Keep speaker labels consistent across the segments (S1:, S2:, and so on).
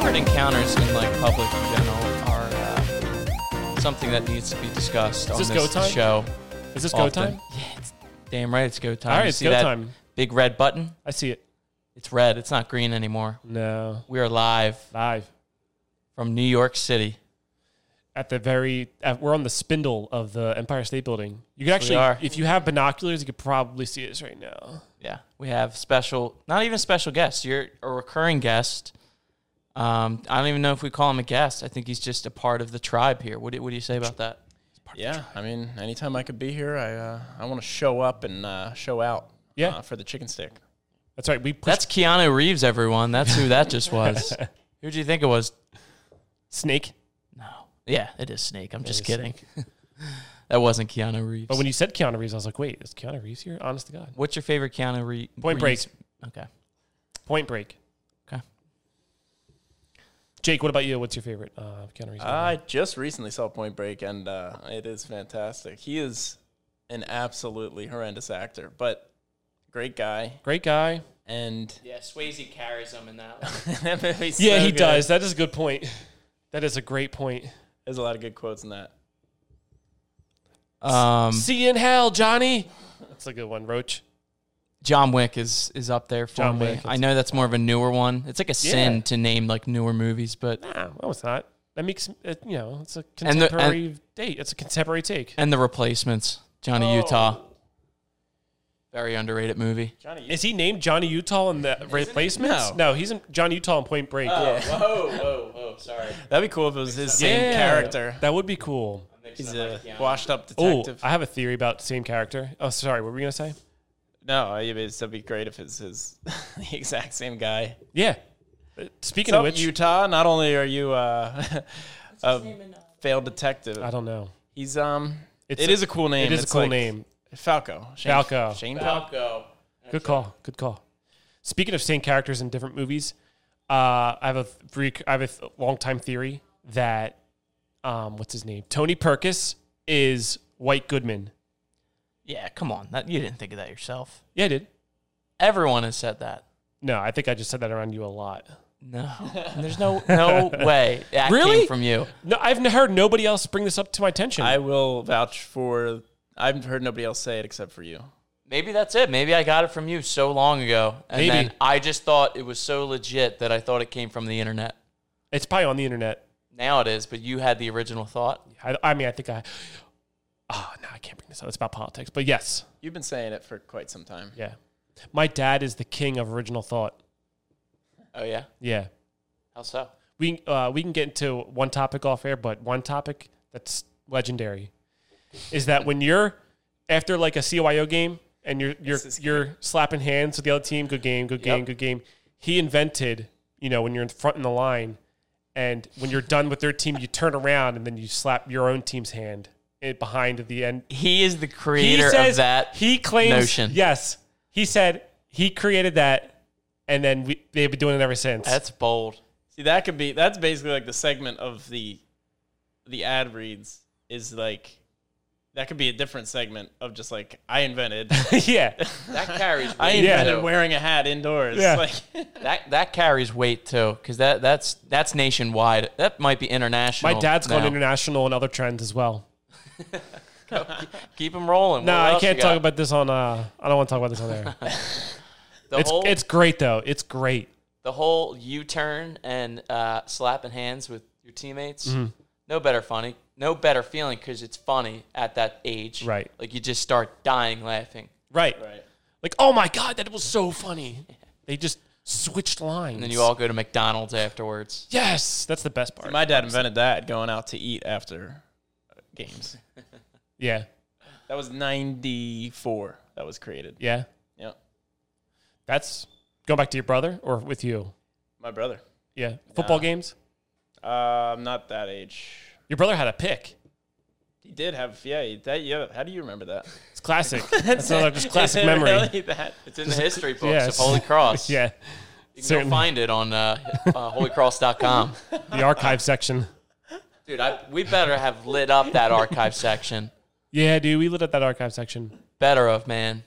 S1: encounters in like public in general are uh, something that needs to be discussed on
S2: this
S1: this,
S2: go time?
S1: show.
S2: Is this go
S1: often.
S2: time?
S1: Yeah, it's damn right. It's go time.
S2: All
S1: You
S2: right, it's
S1: see
S2: go
S1: that
S2: time.
S1: Big red button.
S2: I see it.
S1: It's red. It's not green anymore.
S2: No,
S1: We are live
S2: live
S1: from New York City.
S2: at the very. At, we're on the spindle of the Empire State Building. You could actually,
S1: are.
S2: if you have binoculars, you could probably see us right now.
S1: Yeah, we have special, not even special guest. You're a recurring guest. Um, I don't even know if we call him a guest. I think he's just a part of the tribe here. What do, what do you say about that?
S3: Yeah, I mean, anytime I could be here, I uh, I want to show up and uh, show out.
S2: Yeah.
S3: uh, for the chicken stick.
S2: Uh-huh. That's right. We pushed
S1: That's Keanu Reeves, everyone. That's who that just was. who do you think it was?
S2: snake,
S1: No. Yeah, it is Snake. I'm just kidding. that wasn't Keanu Reeves.
S2: but when you said Keanu Reeves, I was like, wait, is Keanu Reeves here? Honest to God.
S1: What's your favorite Keanu Re-
S2: Point
S1: Reeves? Okay.
S2: Point Break.
S1: Okay.
S2: Jake, what about you? What's your favorite uh, Keanu Reeves?
S3: I just recently saw Point Break, and uh, it is fantastic. He is an absolutely horrendous actor, but great guy.
S2: Great guy.
S3: And
S1: Yeah, Swayze carries him in that one.
S3: that movie's
S2: Yeah,
S3: so
S2: he
S3: good.
S2: does. That is a good point. That is a great point.
S3: There's a lot of good quotes in that.
S1: Um,
S2: See you in hell, Johnny. That's a good one, Roach.
S1: John Wick is is up there for
S2: John
S1: me.
S2: Wick,
S1: I know that's more of a newer one. It's like a
S2: Yeah.
S1: sin to name like newer movies, but
S2: Nah, Ah, well, it's not. That makes it, you know, it's a
S1: And the- and-
S2: contemporary date. It's a contemporary take.
S1: and the replacements, Johnny
S2: Oh.
S1: Utah, very underrated movie.
S3: Johnny,
S2: Is he named Johnny Utah in the replacements?
S3: No. Oh.
S2: no, he's in Johnny Utah in Point Break.
S1: whoa, whoa, whoa! Sorry,
S3: that'd be cool if it was his same character.
S2: That would be cool.
S3: He's a washed-up
S2: Oh,
S3: detective.
S2: I have a theory about the same character. Oh, sorry, what were we gonna say?
S3: no, I mean, it'd be great if it's his the exact same guy.
S2: Yeah. Uh, Speaking of
S3: What's up,
S2: which,
S3: Utah? Not only are you uh, a failed detective,
S2: I don't know.
S3: He's um.
S2: It's
S3: It's
S2: a-
S3: a, cool name.
S2: It is a
S3: It's
S2: cool
S3: like
S2: name.
S3: Falco. Shane,
S2: Falco.
S3: Shane Falco.
S2: Good call. Good call. Speaking of same characters in different movies, uh, I have a free, I have a th- long time theory that um, what's his name? Tony Perkis is White Goodman.
S1: Yeah, come on, that you didn't think of that yourself.
S2: Yeah, I did.
S1: Everyone has said that.
S2: No, I think I just said that around you a lot.
S1: No, there's no no way that
S2: Really?
S1: came from you.
S2: No, I've n- heard nobody else bring this up to my attention.
S3: I will vouch for. I've heard nobody else say it except for you.
S1: Maybe that's it. Maybe I got it from you so long ago, and
S2: Maybe.
S1: then I just thought it was so legit that I thought it came from the internet.
S2: it's probably on the internet.
S1: Now it is, but you had the original thought.
S2: I, I mean, I think I. Oh, no, I can't bring this up. It's about politics. But yes,
S3: You've been saying it for quite some time.
S2: yeah. My dad is the king of original thought.
S1: Oh yeah,
S2: Yeah.
S1: how so?
S2: we uh, we can get into one topic off air, but one topic that's legendary is that when you're after like a CYO game and you're you're
S3: This is
S2: you're slapping hands with the other team, good game, good game,
S1: Yep.
S2: good game. He invented, you know, when you're in front in the line, and when you're done with their team, you turn around and then you slap your own team's hand eh, behind the end
S1: He is the creator of that.
S2: he claims
S1: notion.
S2: yes he said he created that and then we, they've been doing it ever since
S1: That's bold.
S3: See, that could be. That's basically like the segment of the, the ad reads is like, that could be a different segment of just like I invented.
S2: yeah
S1: That carries.
S3: I
S1: weight,
S3: invented
S1: too.
S3: wearing a hat indoors.
S2: Yeah.
S3: Like,
S1: That that carries weight too, because that that's that's nationwide. That might be international.
S2: My dad's
S1: Oh, now.
S2: gone international and other trends as well.
S1: Keep him rolling.
S2: No,
S1: What
S2: I
S1: else
S2: can't
S1: you
S2: talk
S1: got?
S2: about this on. Uh, I don't want to talk about this on air.
S1: the
S2: it's
S1: whole
S2: it's great though. It's great.
S1: the whole U-turn and uh, slapping hands with your teammates.
S2: Mm-hmm.
S1: No better funny. No better feeling because it's funny at that age.
S2: Right.
S1: Like you just start dying laughing,
S2: Right.
S3: right.
S2: Like oh my god, that was so funny. They just switched lines.
S1: and then you all go to McDonald's afterwards.
S2: yes, that's the best part.
S3: My dad invented that going out to eat after uh, games.
S2: yeah,
S3: That was '94. That was created.
S2: yeah.
S3: Yeah.
S2: That's going back to your brother or with you.
S3: My brother.
S2: Yeah, football games.
S3: Uh, I'm not that age.
S2: Your brother had a pick.
S3: He did have, yeah, he- that, yeah. How do you remember that?
S2: It's classic. that's another just classic
S3: Is it
S2: memory.
S3: really that?
S1: It's in the history books
S2: yeah,
S1: of
S2: it's-
S1: Holy Cross.
S2: Yeah,
S1: you can go
S2: certainly.
S1: find it on uh, uh, holycross.com.
S2: the archive section.
S1: Dude, I, we better have lit up that archive section.
S2: Yeah, dude, we lit up that archive section.
S1: Better of, man.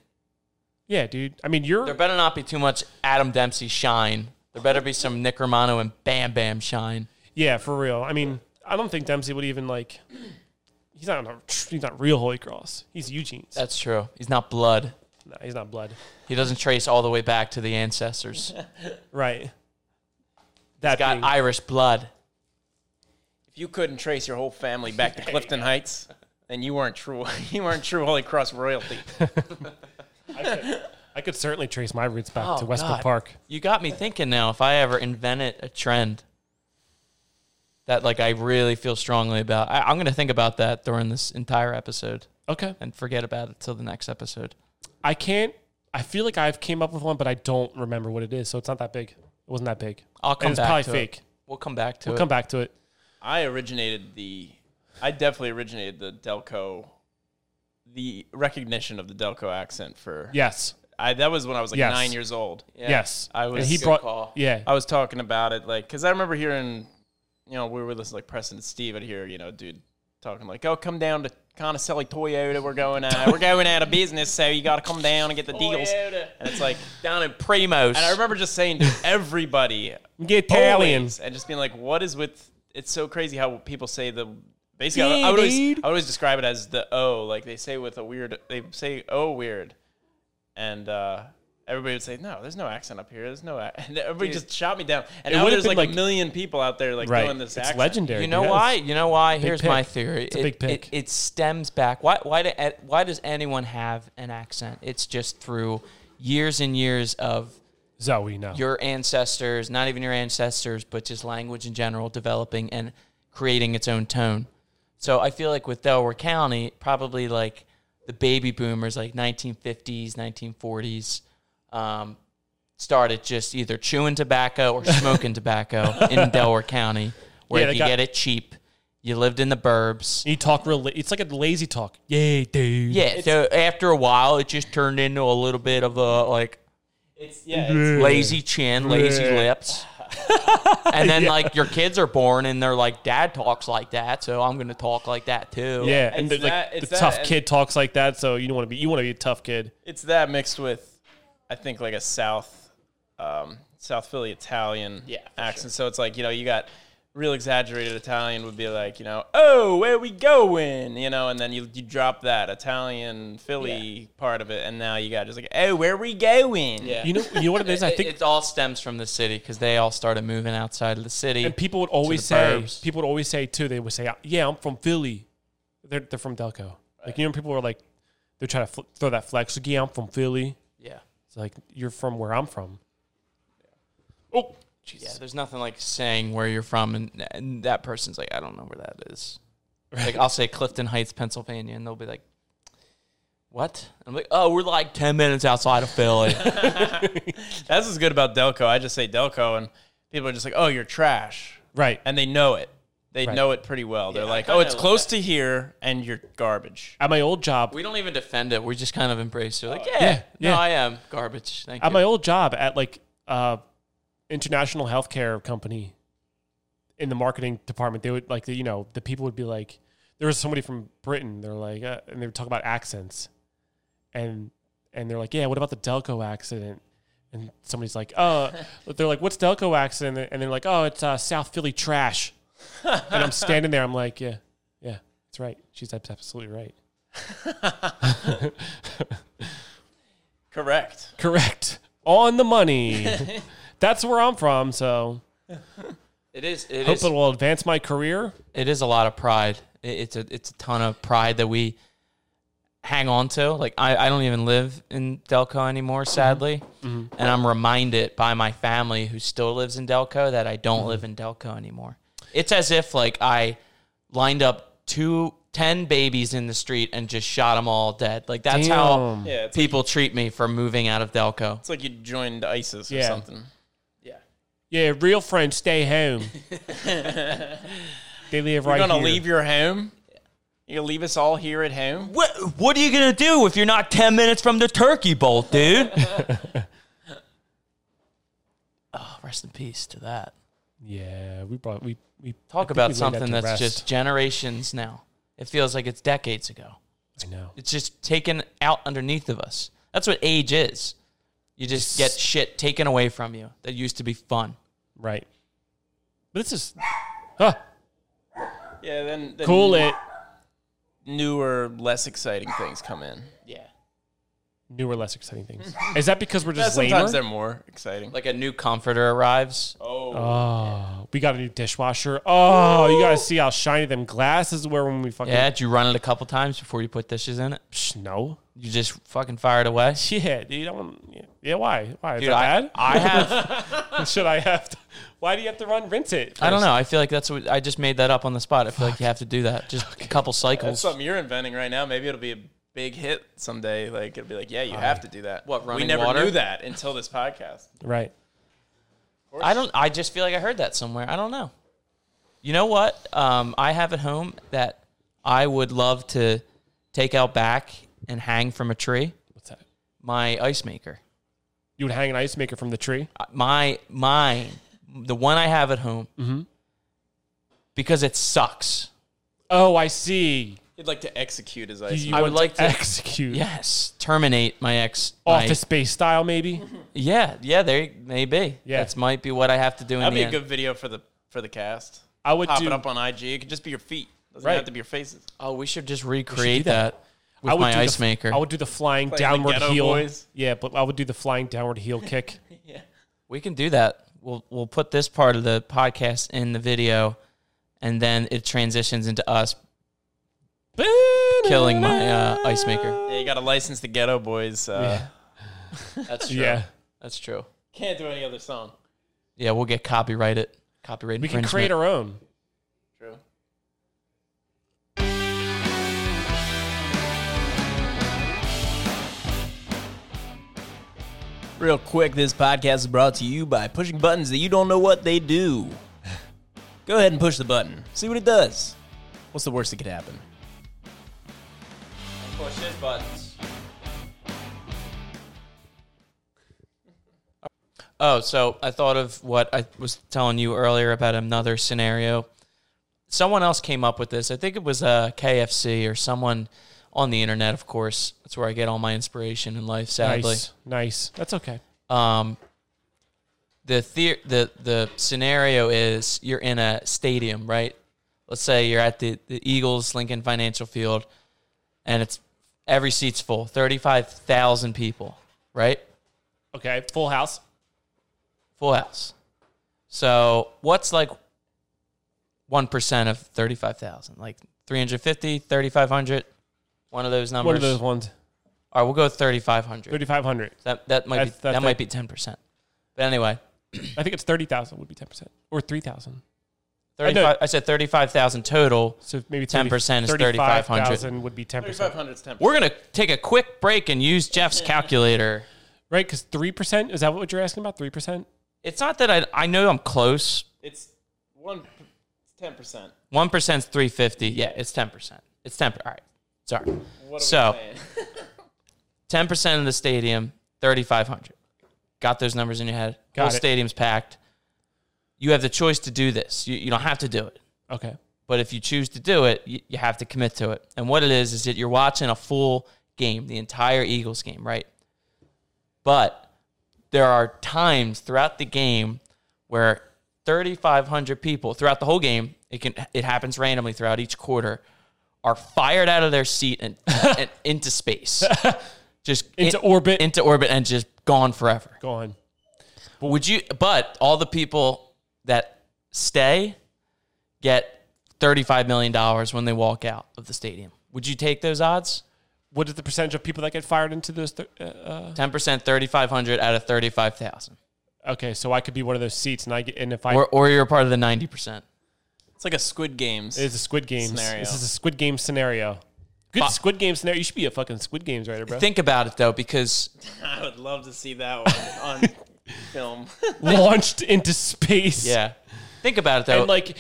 S2: Yeah, dude. I mean, you're
S1: There better not be too much Adam Dempsey shine There better be some Nick Romano and Bam Bam Shine.
S2: Yeah, for real. I mean, I don't think Dempsey would even like. He's not. A, he's not real Holy Cross. He's Eugene's.
S1: That's true. He's not blood.
S2: No, he's not blood.
S1: He doesn't trace all the way back to the ancestors.
S2: Right. That
S1: Got
S2: being-
S1: Irish blood.
S3: If you couldn't trace your whole family back to Clifton Heights, then you weren't true. You weren't true Holy Cross royalty.
S2: I could certainly trace my roots back to
S1: Oh,
S2: Westwood
S1: God.
S2: Park.
S1: You got me thinking now if I ever invented a trend that like I really feel strongly about. I, I'm gonna think about that during this entire episode
S2: Okay.
S1: and forget about it till the next episode.
S2: I can't. I feel like I've came up with one, but I don't remember what it is. So it's not that big. It wasn't that big.
S1: I'll come
S2: it's
S1: back
S2: probably
S1: to it.
S2: fake.
S1: We'll come back to
S2: We'll
S1: it.
S2: come back to it.
S3: I originated the. I definitely originated the Delco. The recognition of the Delco accent for
S2: Yes.
S3: I that was when I was like
S2: Yes.
S3: nine years old.
S2: Yes.
S3: I was.
S2: And he
S3: Good
S2: brought.
S1: call. Uh,
S2: Yeah.
S3: I was talking about it, like, because I remember hearing, you know, we were listening like Preston and Steve, I'd hear, you know, dude talking like, oh, come down to Conticelli Toyota, we're going, uh, we're going out of business, so you got to come down and get the deals. And it's like,
S1: Down in Primos.
S3: and I remember just saying to everybody,
S2: Get Italian.
S3: always, and just being like, what is with? It's so crazy how people say the. Basically, I, I would
S2: Yeah,
S3: always,
S2: dude.
S3: I would always describe it as the O. Like they say with a weird, they say O weird, and uh, everybody would say, no, there's no accent up here. There's no, ac-" and everybody just shot me down. And
S2: It
S3: now
S2: would've
S3: there's
S2: been
S3: like, a
S2: like-
S3: million people out there like
S2: Right.
S3: doing this
S2: It's
S3: accent.
S2: legendary.
S1: You know
S2: Yes.
S1: why? You know why? Here's
S2: pick.
S1: my theory.
S2: It's a big pick.
S1: It, it stems back. Why? Why? Do, eh, why does anyone have an accent? It's just through years and years of
S2: Zoe. No.
S1: your ancestors, not even your ancestors, but just language in general, developing and creating its own tone. So I feel like with Delaware County, probably like the baby boomers, like 1950s, 1940s, um, started just either chewing tobacco or smoking tobacco in Delaware County, where
S2: Yeah,
S1: you
S2: they
S1: could
S2: got-
S1: get it cheap. You lived in the burbs.
S2: You talk real. It's like a lazy talk. Yay, dude.
S1: Yeah. So after a while, it just turned into a little bit of a like
S3: It's yeah. It's,
S1: lazy chin, lazy
S2: Yeah.
S1: lips. and then like your kids are born and they're like, Dad talks like that, so I'm gonna talk like that too.
S2: Yeah, and
S3: It's
S2: the, like
S3: that-
S2: the
S3: it's that
S2: tough
S3: and-
S2: kid talks like that, so you don't want to be you want to be a tough kid.
S3: it's that mixed with, I think like a South, um, South Philly Italian
S1: Yeah, for
S3: accent. So it's like you know you got real exaggerated Italian would be like you know oh where we going you know and then you you drop that Italian Philly part of it and now you got just like oh where we going
S2: You know, you know what it is. I
S1: It,
S2: think
S1: it all stems from the city because they all started moving outside of the city.
S2: and people would always
S1: the
S2: say
S1: burbs.
S2: people would always say too. They would say, "Yeah, I'm from Philly." They're they're from Delco. Like you know, people were like they're trying to fl- throw that flex. Like, yeah, I'm from Philly.
S1: yeah,
S2: It's like you're from where I'm from. Oh,
S1: yeah.
S2: Jesus.
S1: There's nothing like saying where you're from, and, and that person's like, I don't know where that is. Like I'll say Clifton Heights, Pennsylvania, and they'll be like, What? I'm like, Oh, we're like ten minutes outside of Philly.
S3: that's what's good about Delco I just say Delco and people are just like oh you're trash
S2: Right.
S3: and they know it they
S2: Right.
S3: know it pretty well they're like
S1: I
S3: oh it's
S1: know
S3: close to here and you're garbage
S2: At my old job,
S1: we don't even defend it. We just kind of embrace it. Like, yeah,
S2: yeah, yeah.
S1: no, I am garbage. Thank you.
S2: at my old job at like uh international healthcare company in the marketing department they would like the, you know the people would be like there was somebody from britain they're like uh, and they were talking about accents and and they're like yeah what about the delco accident and somebody's like uh they're like what's delco accident and they're like oh it's uh, south philly trash and i'm standing there i'm like yeah yeah that's right she's absolutely right
S3: correct
S2: correct on the money that's where i'm from so
S1: It is. It
S2: Hope
S1: is.
S2: it will advance my career.
S1: It is a lot of pride. It, it's a. It's a ton of pride that we hang on to. Like I, I don't even live in Delco anymore, sadly, and I'm reminded by my family who still lives in Delco that I don't live in Delco anymore. It's as if like I lined up two. 10 babies in the street and just shot them all dead. Like that's how
S2: Damn.
S3: yeah it's,
S1: people treat me for moving out of Delco.
S3: it's like you joined ISIS or
S2: Yeah.
S3: something
S2: Yeah, real friends stay home. they live right
S3: You're gonna
S2: here.
S3: leave your home? You're gonna leave us all here at home?
S1: What what are you going to do if you're not 10 minutes from the turkey bowl, dude? oh, rest in peace to that.
S2: Yeah, we brought we we
S1: Talk
S2: I think we laid
S1: about
S2: that
S1: something
S2: to
S1: that's
S2: rest.
S1: just generations now. It feels like it's decades ago.
S2: I know.
S1: It's just taken out underneath of us. That's what age is. You just get shit taken away from you that used to be fun.
S2: Right. But this is huh,
S3: Yeah, then, then
S2: cool eh? it.
S3: Newer, less exciting things come in.
S1: Yeah.
S2: Newer, less exciting things. Is that because we're
S3: Yeah,
S2: just
S3: sometimes
S2: lamer?
S3: they're more exciting.
S1: Like a new comforter arrives.
S3: oh,
S2: Oh, we got a new dishwasher. Oh, you gotta see how shiny them glasses were when we fucking
S1: Yeah, did you run it a couple times before you put dishes in it?
S2: Psh, no.
S1: You just fucking fire it away.
S2: Yeah, dude. I want. Yeah, yeah, why? Why is
S1: Dude,
S2: that
S1: I,
S2: bad?
S1: I have
S2: Should I have? To, why do you have to run rinse it?
S1: I don't
S2: first?
S1: know. I feel like that's what I just made that up on the spot. I feel like you have to do that. Just a couple
S3: that's
S1: cycles.
S3: something you're inventing right now. Maybe it'll be a big hit someday. Like it'll be like, yeah, you have to do that.
S1: What,
S3: We
S1: running
S3: never
S1: water?
S3: knew that until this podcast.
S2: Right.
S1: I don't. I just feel like I heard that somewhere. I don't know. You know what? Um, I have at home that I would love to take out back and hang from a tree.
S2: What's that?
S1: My ice maker.
S2: You would hang an ice maker from the tree.
S1: Uh, My mine. The one I have at home.
S3: Mm-hmm.
S1: Because it sucks.
S2: Oh, I see.
S3: You'd like to execute his
S2: You,
S3: ice.
S2: you
S1: I
S2: want
S1: would like to-
S2: execute
S1: Yes. Terminate my ex. my-
S2: office space style, maybe.
S1: yeah. Yeah. There. Maybe.
S2: Yeah.
S1: That's might be what I have to do in
S3: That'd
S1: the
S3: be a
S1: end.
S3: good video for the for the cast.
S2: I would
S3: Pop
S2: do.
S3: it up on IG. It could just be your feet. Doesn't
S2: Right.
S3: have to be your faces.
S1: Oh, we should just recreate
S2: that.
S1: that. with
S2: I would
S1: my
S2: do the-
S1: ice maker.
S2: I would do the flying
S3: Like the
S2: downward
S3: Ghetto
S2: heel.
S3: Boys.
S2: Yeah, but I would do the flying downward heel kick.
S1: we can do that. We'll we'll put this part of the podcast in the video, and then it transitions into us killing my uh, ice maker.
S3: Yeah, you got to license the Ghetto Boys. Uh,
S2: Yeah.
S1: That's
S2: Yeah.
S1: That's true.
S3: Can't do any other song.
S1: Yeah, we'll get copyrighted. Copyright
S2: We can
S1: infringement.
S2: create our own.
S3: True. Real quick, this podcast is brought to you by pushing buttons that you don't know what they do. Go ahead and push the button. See what it does. What's the worst that could happen?
S1: push his buttons. Oh, so I thought of what I was telling you earlier about another scenario. Someone else came up with this. I think it was uh, KFC or someone on the internet, of course. That's where I get all my inspiration in life, sadly.
S2: Nice. Nice. That's okay.
S1: Um, the, theor the the scenario is you're in a stadium, right? Let's say you're at the, the Eagles Lincoln Financial Field, and it's every seat's full, thirty five thousand people, right?
S2: Okay. Full house.
S1: Full house. So what's like one percent of thirty five thousand? Like 350, 3,500? One of those numbers.
S2: One of those ones.
S1: All right, we'll go thirty five hundred.
S2: Thirty-five hundred.
S1: That that might be
S2: That's-
S1: that,
S2: that's like-
S1: might be ten percent. But anyway,
S2: I think it's thirty thousand would be ten percent or three thousand. I know.
S1: 35, I said thirty five thousand total.
S2: So maybe
S1: 10% is
S2: 35,000 would be ten percent,
S3: 3,500 is 10%.
S1: We're gonna take a quick break and use Jeff's calculator.
S2: right? Because three percent is that what you're asking about? Three percent.
S1: It's not that I I know I'm close.
S3: It's one, it's 10%.
S1: One percent's three fifty. Yeah, it's ten percent. It's ten. All right, sorry.
S3: What are
S1: So-
S3: we saying?
S1: Ten percent of the stadium, thirty five hundred. Got those numbers in your head.
S2: Got
S1: Whole
S2: it.
S1: stadium's packed. You have the choice to do this. You, you don't have to do it,
S2: Okay.
S1: but if you choose to do it, you, you have to commit to it. And what it is is that you're watching a full game, the entire Eagles game, right? But there are times throughout the game where 3,500 people throughout the whole game, it can it happens randomly throughout each quarter, are fired out of their seat and, and into space, just in-
S2: Into orbit.
S1: into orbit, and just gone forever.
S2: Go on.
S1: But would you? But all the people that stay get 35 million dollars when they walk out of the stadium. Would you take those odds?
S2: What is the percentage of people that get fired into those? Th- uh, uh,
S1: 10%, 3,500 out of 35,000.
S2: okay, so I could be one of those seats, and I get, and if I
S1: Or, or you're a part of the 90%.
S3: it's like a Squid Games.
S2: It is a Squid Games.
S3: Scenario.
S2: This is a Squid Game scenario. Good Squid Game scenario. You should be a fucking Squid Games writer, bro.
S1: Think about it though, because
S3: I would love to see that one on film.
S2: Launched into space.
S1: yeah, think about it though.
S2: And like,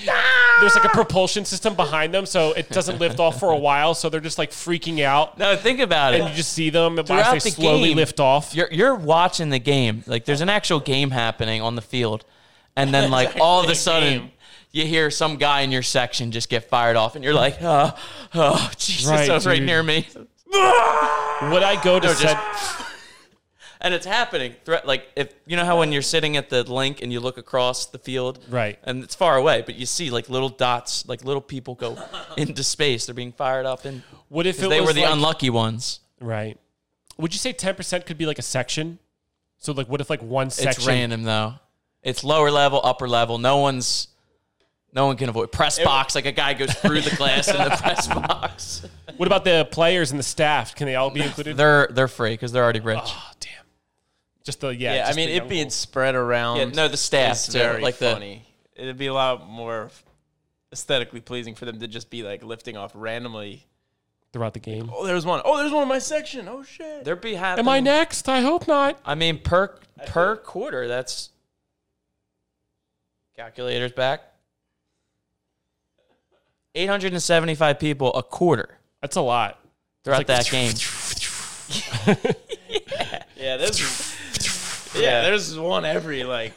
S2: there's like a propulsion system behind them, so it doesn't lift off for a while. So they're just like freaking out,
S1: no, think about
S2: and
S1: it.
S2: you just see them as
S1: Throughout
S2: they
S1: the
S2: slowly
S1: game,
S2: lift off.
S1: You're you're watching the game. Like there's an actual game happening on the field, and then like all of a sudden.
S3: game.
S1: You hear some guy in your section just get fired off, and you're like, "Oh, oh Jesus,
S2: Right,
S1: that was right
S2: dude.
S1: near me."
S2: Would I go to
S1: just-
S2: said?
S1: and it's happening. Thre- Like if you know how when you're sitting at the link and you look across the field,
S2: Right.
S1: and it's far away, but you see like little dots, like little people go into space. They're being fired up, and
S2: What if it
S1: they
S2: was
S1: were the
S2: like-
S1: unlucky ones.
S2: right? Would you say ten percent could be like a section? So like, what if like one section?
S1: It's random though. It's lower level, upper level. No one's, no one can avoid press box. Like a guy goes through the glass in the press box.
S2: What about the players and the staff? Can they all be included?
S1: They're they're free because they're already rich.
S2: oh damn! Just the yeah.
S3: Yeah, I
S2: just
S3: mean
S2: the
S3: it
S2: young
S3: being
S2: goals.
S3: spread around.
S1: Yeah, no, the staff
S3: is
S1: too,
S3: very
S1: like the-
S3: funny. It'd be a lot more aesthetically pleasing for them to just be like lifting off randomly.
S2: throughout the game.
S3: Oh, there's one. Oh, there's one in my section. Oh shit.
S1: There'd be happening.
S2: Am I next? I hope not.
S1: I mean, per per quarter, that's calculators back. Eight hundred and seventy-five people a quarter
S2: That's a lot.
S1: throughout
S2: It's like-
S1: that game.
S3: Yeah, there's Yeah, there's one every like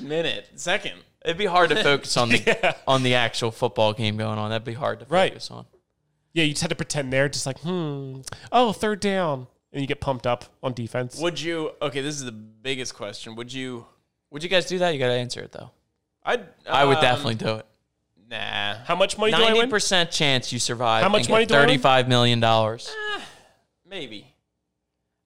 S3: minute, second.
S1: It'd be hard to focus on the on the actual football game going on. That'd be hard to
S2: Right.
S1: focus on.
S2: Yeah, you just had to pretend they're just like, hmm, oh, third down, and you get pumped up on defense.
S3: Would you Okay, this is the biggest question. Would you
S1: Would you guys do that? You got to answer it though.
S3: I'd
S1: I would
S3: um,
S1: definitely do it.
S3: Nah.
S2: How much money do I
S1: Ninety
S2: win?
S1: percent chance you survive.
S2: How much
S1: and
S2: money
S1: get
S2: do I win?
S1: Thirty-five million dollars.
S3: Maybe.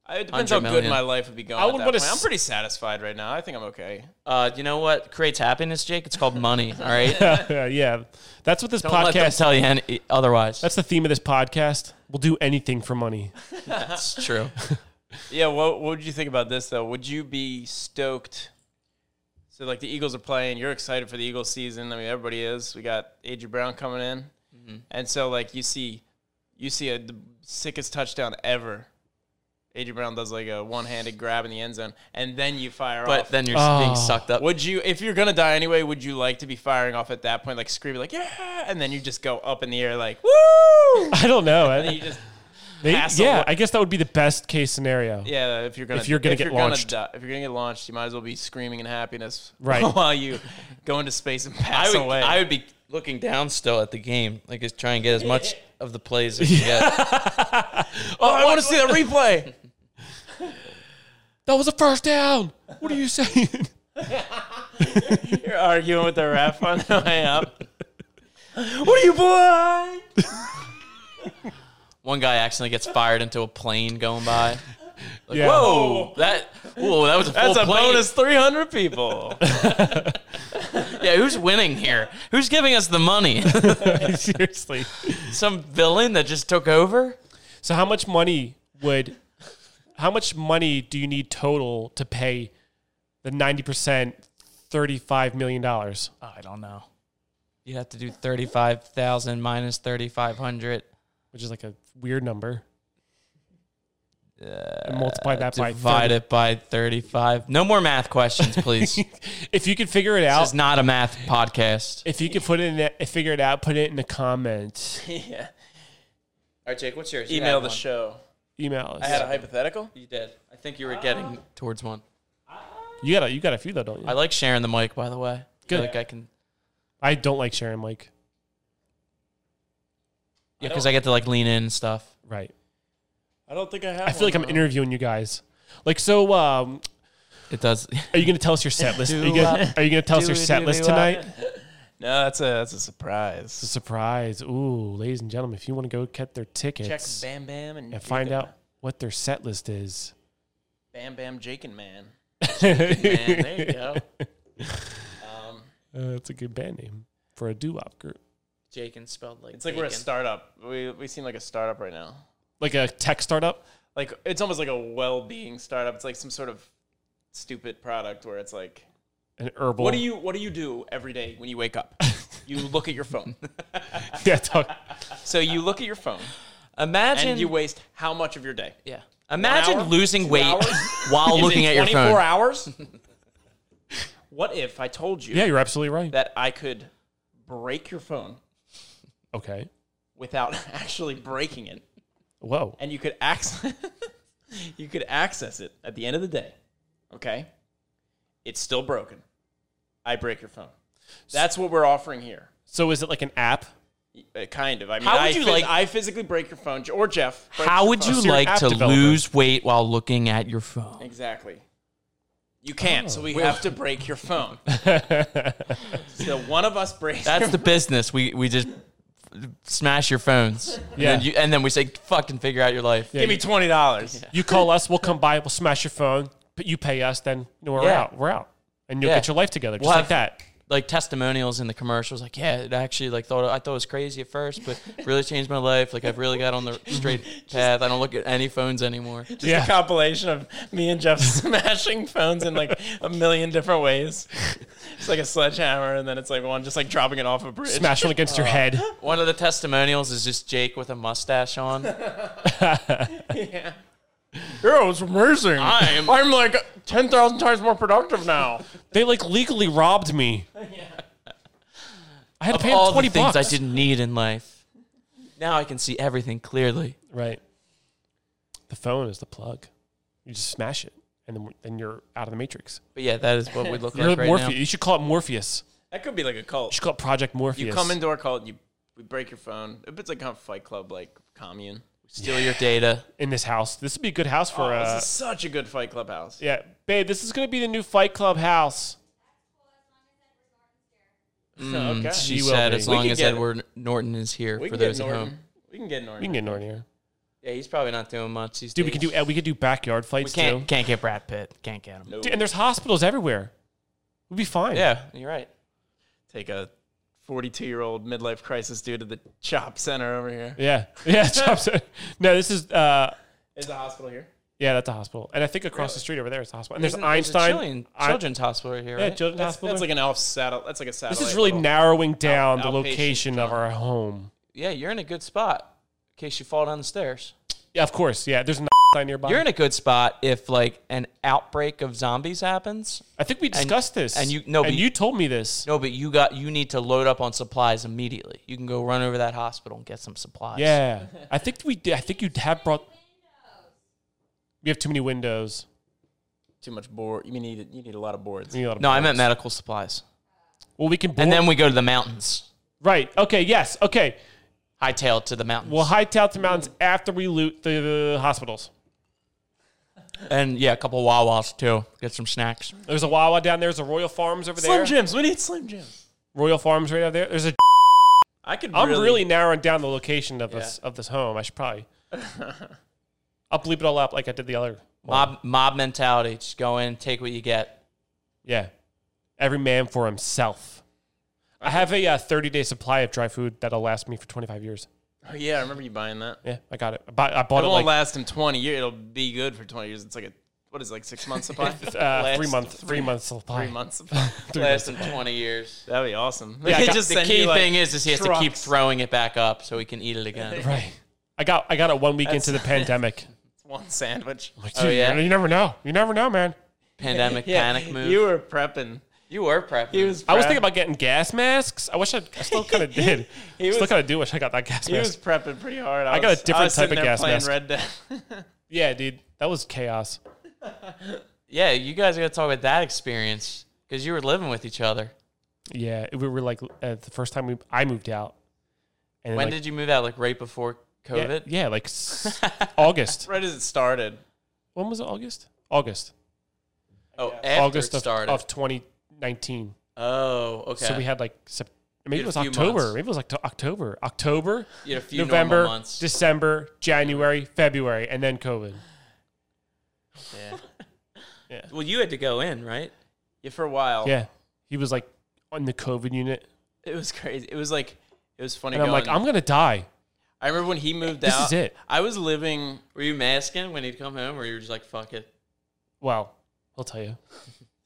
S3: I- It depends how
S1: 100
S3: good
S1: million.
S3: my life would be going.
S2: I
S3: I
S2: would
S3: at that
S2: wanna
S3: point.
S2: s-
S3: I'm pretty satisfied right now. I think I'm okay.
S1: Uh, you know what creates happiness, Jake? It's called money. All right. Don't
S2: yeah, that's what this
S1: let them
S2: podcast.
S1: tell you any, otherwise.
S2: that's the theme of this podcast. We'll do anything for money.
S1: That's true.
S3: Yeah, what what would you think about this though? Would you be stoked? So like the Eagles are playing, you're excited for the Eagles season. I mean, everybody is. We got AJ Brown coming in,
S1: Mm-hmm.
S3: and so like you see, you see a the sickest touchdown ever. AJ Brown does like a one-handed grab in the end zone, and then you fire
S1: But
S3: off.
S1: then you're
S2: Oh.
S1: being sucked up.
S3: would you, if you're gonna die anyway, would you like to be firing off at that point, like screaming like yeah, and then you just go up in the air like woo,
S2: I don't know. I-
S3: and you just
S2: Maybe-
S3: hassle.
S2: yeah, I guess that would be the best case scenario.
S3: Yeah, if you're gonna
S2: If you're gonna get launched.
S3: die, if you're gonna get launched, you might as well be screaming in happiness,
S2: Right.
S3: While you go into space and
S1: I
S3: pass
S1: would,
S3: away.
S1: I would be looking down still at the game, like just try and get as much of the plays as you get.
S3: oh, I want to see that replay.
S2: That was a first down. What are you saying?
S3: You're arguing with the ref on the way up. What are you, boy?
S1: One guy accidentally gets fired into a plane going by. Like,
S2: Yeah.
S1: Whoa, that whoa, that was a full
S3: That's a
S1: plane.
S3: bonus 300 people.
S1: Yeah, who's winning here? Who's giving us the money?
S2: Seriously.
S1: Some villain that just took over?
S2: So how much money would how much money do you need total to pay the 90% 35 million dollars? Uh,
S1: I don't know. You'd have to do thirty-five thousand minus thirty-five hundred.
S2: Which is like a weird number. and multiply that by
S1: Divide it by thirty-five. No more math questions, please.
S2: 30. if you could figure it out,
S1: this is not a math podcast.
S2: if you could put it in that, figure it out, put it in the comments.
S3: yeah.
S1: All right, Jake, what's yours?
S3: Email the show.
S2: Email us.
S3: I had a hypothetical.
S1: You did. I think you were getting
S3: Ah.
S1: towards one.
S2: you got a, you got a few though, don't you?
S1: I
S2: I,
S1: like sharing the mic, by the way.
S2: Good.
S1: I feel like I can,
S2: don't like sharing Mike.
S1: yeah, because I get to like lean in and stuff.
S2: Right.
S3: I don't think I have.
S2: I feel like I'm interviewing you guys. Like so um
S1: It does.
S2: Are you gonna tell us your set list? Are you gonna, are you gonna tell us your set list tonight?
S3: No, that's a that's a
S2: It's a
S3: surprise.
S2: surprise. Ooh, ladies and gentlemen, if you want to go get their
S3: Check
S2: tickets
S3: Bam Bam and,
S2: and find out what their set list is,
S3: Bam Bam Jake and Man. Man,
S2: that's
S3: there you go. Um,
S2: Uh, a good band name for a doo-wop group,
S1: Jakin spelled like
S3: It's like we're a startup. We we seem like a startup right now.
S2: like a tech startup.
S3: Like it's almost like a well-being startup. It's like some sort of stupid product where it's like,
S2: An herbal.
S3: what do you what do you do every day when you wake up? you look at your phone.
S2: Yeah, talk-
S3: So you look at your phone
S1: Imagine
S3: and you waste how much of your day?
S1: Yeah. Imagine
S3: hour?
S1: losing
S3: Two
S1: weight
S3: hours?
S1: while
S3: Is
S1: looking
S3: it
S1: at your
S3: 24
S1: phone.
S3: hours? what if I told you
S2: yeah, you're absolutely right.
S3: that I could break your phone
S2: okay.
S3: without actually breaking it,
S2: Whoa.
S3: and you could access you could access it at the end of the day. Okay? It's still broken. I break your phone. That's what we're offering here.
S2: So is it like an app
S3: Uh, kind of. I mean,
S1: How would
S3: I
S1: you
S3: phys-
S1: like-
S3: I physically break your phone, or Jeff. break
S1: How
S3: your
S1: would
S3: phone.
S1: you
S2: So you're an
S1: like
S2: app
S1: to
S2: developer.
S1: lose weight while looking at your phone?
S3: Exactly. You can't, so
S1: Oh,
S3: we have to break your phone. so one of us breaks.
S1: That's the business. We we just smash your phones. And
S2: Yeah.
S1: then, you, and then we say, fucking figure out your life.
S3: Give me twenty dollars.
S2: You call us, we'll come by, we'll smash your phone, but you pay us, then you know, we're
S1: Yeah.
S2: out. We're out. And you'll
S1: Yeah.
S2: get your life together, just
S1: We'll
S2: like
S1: have-
S2: that.
S1: Like testimonials in the commercials, like yeah, it actually like thought I thought it was crazy at first, but really changed my life. Like I've really got on the straight path. I don't look at any phones anymore.
S3: Just a compilation of me and Jeff smashing phones in like a million different ways. It's like a sledgehammer, and then it's like one just like dropping it off a bridge.
S2: Smash one against your head.
S1: One of the testimonials is just Jake with a mustache on.
S3: Yeah.
S2: Oh, it's amazing.
S3: I'm I'm like ten thousand times more productive now.
S2: They like legally robbed me. I had to pay
S1: All
S2: him twenty
S1: the things
S2: bucks.
S1: I didn't need in life. Now I can see everything clearly.
S2: Right. The phone is the plug. You just smash it, and then then you're out of the matrix.
S1: But yeah, that is what we look
S2: You're
S1: like right
S2: Morpheus.
S1: now.
S2: You should call it Morpheus.
S3: That could be like a
S2: You
S3: cult.
S2: should call it Project Morpheus.
S3: You come into our cult, you we break your phone. It's like a Fight Club, like commune.
S1: Steal your data.
S2: in this house. This would be a good house for.
S3: Oh,
S2: uh,
S3: this is such a good Fight Club house.
S2: yeah, babe. This is gonna be the new Fight Club house.
S3: okay.
S1: She
S2: You will
S1: said,
S2: be.
S1: as
S2: We
S1: long
S3: can
S1: as
S3: get-
S1: Edward Norton is here
S3: We
S1: for
S3: can
S1: those
S3: get
S1: at
S3: Norton.
S1: home.
S3: We can get Norton.
S2: You can get Norton here,
S1: Yeah, he's probably not doing much. He's
S2: dude. We could do uh, we could do backyard
S1: We
S2: fights
S1: can't
S2: too.
S1: can't get Brad Pitt. Can't get him.
S3: No.
S2: Dude, and there's hospitals everywhere. We'd be fine.
S1: Yeah, you're right.
S3: Take a 42 year old midlife crisis dude to the chop center over here.
S2: yeah, yeah. chops- no, this is. Uh,
S3: Is the hospital here?
S2: yeah, that's a hospital, and I think across the street over there is a hospital. And there's
S1: Isn't- a
S2: Einstein
S1: Chilean-
S2: I-
S1: children's hospital right here.
S2: Yeah,
S1: right?
S2: children's
S3: That's,
S2: hospital.
S3: that's like an off saddle. That's like a satellite.
S2: This is really
S3: little-
S2: narrowing down the
S3: outpatient
S2: location of our home.
S1: yeah, you're in a good spot in case you fall down the stairs.
S2: Yeah, of course. Yeah, there's an sign nearby.
S1: You're in a good spot if like an outbreak of zombies happens.
S2: I think we discussed this.
S1: and you- no, but
S2: and
S1: you-
S2: you told me this.
S1: No, but you got you need to load up on supplies immediately. You can go run over that hospital and get some supplies.
S2: Yeah, I think we did. I think you have brought. We have too many windows.
S3: too much board. You mean you need, you need a lot of boards.
S2: We need a lot of
S1: No, I meant
S2: boards.
S1: medical supplies.
S2: Well, we can.
S1: And
S2: board-
S1: then we go to the mountains.
S2: right. Okay. Yes. Okay.
S1: Hightail it to the mountains.
S2: We'll hightail to mountains after we loot the, hospitals.
S1: and yeah, a couple Wawas too. Get some snacks.
S2: There's a Wawa down there. There's a Royal Farms over
S3: Slim
S2: there.
S3: Jims. We need Slim Jims.
S2: Royal Farms right out there. There's a.
S3: I could
S2: I'm
S3: really,
S2: really, narrowing down the location of this of this home. I should probably. I'll bleep it all up like I did the other.
S1: Mob mob mentality. Just go in, take what you get.
S2: Yeah. Every man for himself. I have a uh, 30 day supply of dry food that'll last me for 25 years.
S3: Oh, yeah, I remember you buying that.
S2: Yeah, I got it. I bought, I bought
S3: It
S2: it
S3: won't
S2: like
S3: last him 20 years. It'll be good for 20 years. It's like a, what is it, like six months supply?
S2: uh, three
S3: Last
S2: month three month supply.
S3: Three months supply.
S1: Last in twenty years.
S3: That'd be awesome.
S2: Yeah, I
S3: They
S2: got-
S3: just
S1: the
S3: send you,
S1: key
S3: like,
S1: thing is, is he has to keep
S3: trucks.
S1: throwing it back up so he can eat it again.
S2: Right. I got I got it one week
S3: That's-
S2: into the pandemic.
S3: one sandwich.
S2: Like,
S1: Oh,
S2: dude,
S1: yeah?
S2: You never know. You never know, man.
S1: Pandemic panic move.
S3: You were prepping.
S1: You were prepping.
S3: He was. Prepping.
S2: I was thinking about getting gas masks. I wish I, I still kind of did.
S3: He
S2: still
S3: was-
S2: kind of do wish I got that gas
S3: He was
S2: mask.
S3: prepping pretty hard. I,
S2: I got a
S3: was-
S2: different
S3: was
S2: type
S3: sitting
S2: of
S3: there
S2: gas
S3: playing
S2: mask.
S3: Red Dead.
S2: yeah, dude. That was chaos.
S1: yeah, you guys got to talk about that experience because you were living with each other.
S2: Yeah, we were like uh, the first time we I moved out. And
S1: When did you move out? Like right before COVID.
S2: Yeah, yeah like s- August.
S3: right as it started.
S2: When was it? August. August.
S1: Oh, after
S2: August
S1: it
S2: of,
S1: started.
S2: of 2019.
S1: oh, okay.
S2: So we had like sep- maybe
S1: had
S2: it
S1: a
S2: was
S1: few
S2: October.
S1: months.
S2: Maybe it was like October, October,
S1: you had a few normal
S2: November,
S1: months.
S2: December, January, February, and then COVID.
S1: yeah.
S2: Yeah.
S1: Well, you had to go in, right?
S3: Yeah, for a
S1: Oh.
S3: while.
S2: Yeah, he was like on the COVID unit,
S3: It was crazy. It was like it was funny.
S2: and I'm
S3: going.
S2: like, I'm gonna die.
S3: I remember when he moved
S2: This
S3: out.
S2: is it.
S3: I was living.
S1: Were you masking when he'd come home, or you were just like, "Fuck it"?
S2: Well, I'll tell you.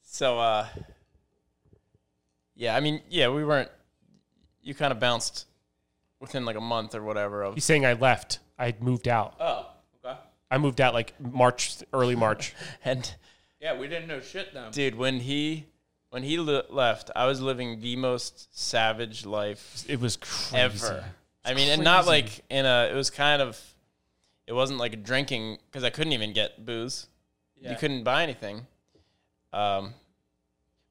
S3: So uh Yeah, I mean, yeah, we weren't you kind of bounced within like a month or whatever of
S2: He's saying I left. I moved out.
S1: Oh, okay.
S2: I moved out like March, early March.
S3: and
S1: Yeah, we didn't know shit then.
S3: dude, when he when he le- left, I was living the most savage life
S2: It was crazy.
S3: ever. I mean, and not like in a. It was kind of. It wasn't like a drinking because I couldn't even get booze.
S1: Yeah.
S3: You couldn't buy anything. Um,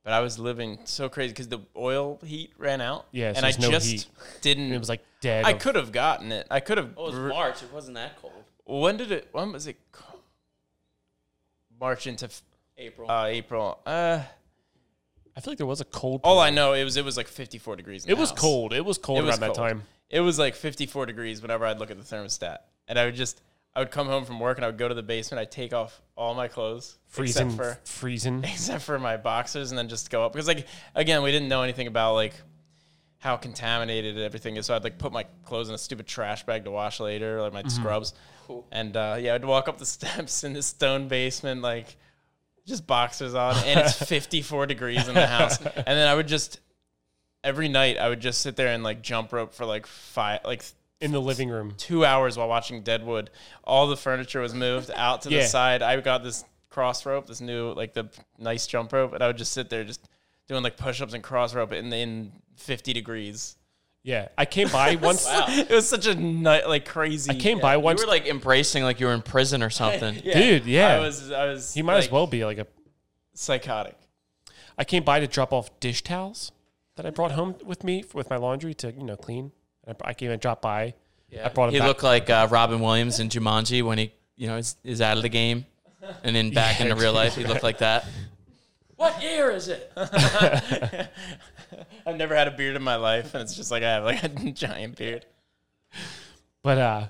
S3: But I was living so crazy because the oil heat ran out.
S2: Yeah, so
S3: and I
S2: there's no
S3: just
S2: heat.
S3: didn't.
S2: And it was like dead.
S3: I
S2: of-
S3: could have gotten it. I could have.
S1: Oh, it was March. It wasn't that cold.
S3: When did it? When was it? co- March into f-
S1: April.
S3: uh, April. Uh,
S2: I feel like there was a cold.
S3: all I know it was it was like 54 degrees. In
S2: it
S3: the
S2: was
S3: house.
S2: cold. It was cold
S3: Oh, It was
S2: around that
S3: cold.
S2: time.
S3: It was like 54 degrees whenever I'd look at the thermostat, and I would just I would come home from work and I would go to the basement. I'd take off all my clothes
S2: Freezing,
S3: except for
S2: freezing.
S3: except for my boxers, and then just go up because like again we didn't know anything about like how contaminated everything is. So I'd like put my clothes in a stupid trash bag to wash later, like my scrubs. And uh, yeah, I'd walk up the steps in this stone basement, like just boxers on, and it's 54 degrees in the house. And then I would just every night I would just sit there and like jump rope for like five, like
S2: in the living room.
S3: two hours while watching Deadwood. All the furniture was moved out to
S2: Yeah.
S3: the side. I got this cross rope, this new like the nice jump rope, and I would just sit there just doing like push ups and cross rope in in fifty degrees.
S2: Yeah, I came by once.
S3: It was such a night like crazy.
S2: I came by
S1: you
S2: once,
S1: were like embracing like you were in prison or something.
S2: dude. Yeah,
S3: I was I was
S2: he might as
S3: like,
S2: well be like a.
S3: psychotic.
S2: I came by to drop off dish towels that I brought home with me with my laundry to you know clean. I, I came and dropped by. I brought it
S1: He
S2: back.
S1: looked like uh, Robin Williams in Jumanji when he, you know, is, is out of the game and then back into real life. He looked like that. What year is it?
S3: I've never had a beard in my life and it's just like I have like a giant beard.
S2: But uh,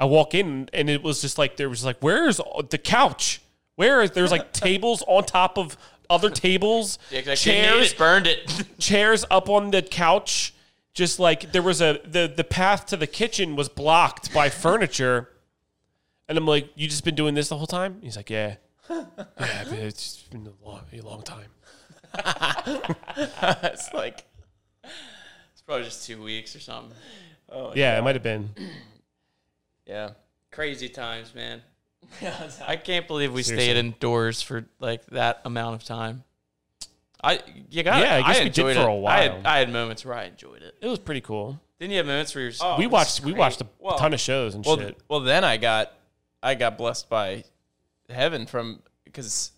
S2: I walk in and it was just like there was like where's all- the couch? Where is there's like tables on top of other tables, chairs,
S1: burned it.
S2: chairs up on the couch. Just like there was a the the path to the kitchen was blocked by furniture, and I'm like, you just been doing this the whole time? He's like, yeah, yeah, but it's just been a long, a long time.
S3: it's like
S1: it's probably just two weeks or something.
S3: Oh,
S2: Yeah, it might have been.
S3: yeah.
S1: Crazy times, man.
S3: Yeah, it's-
S1: I can't believe we stayed
S2: Seriously.
S1: indoors for like that amount of time. I you got
S2: Yeah, I guess we did
S1: enjoyed
S2: for
S1: it.
S2: a
S1: I
S2: while.
S1: had, I had moments where I enjoyed it.
S2: It was pretty cool.
S1: Didn't you have moments where you were just,
S3: Oh,
S2: we
S3: this
S2: watched
S3: is
S2: we
S3: great.
S2: watched a
S3: Well-
S2: ton of shows and
S3: Well,
S2: shit.
S3: well, then I got I got blessed by heaven from because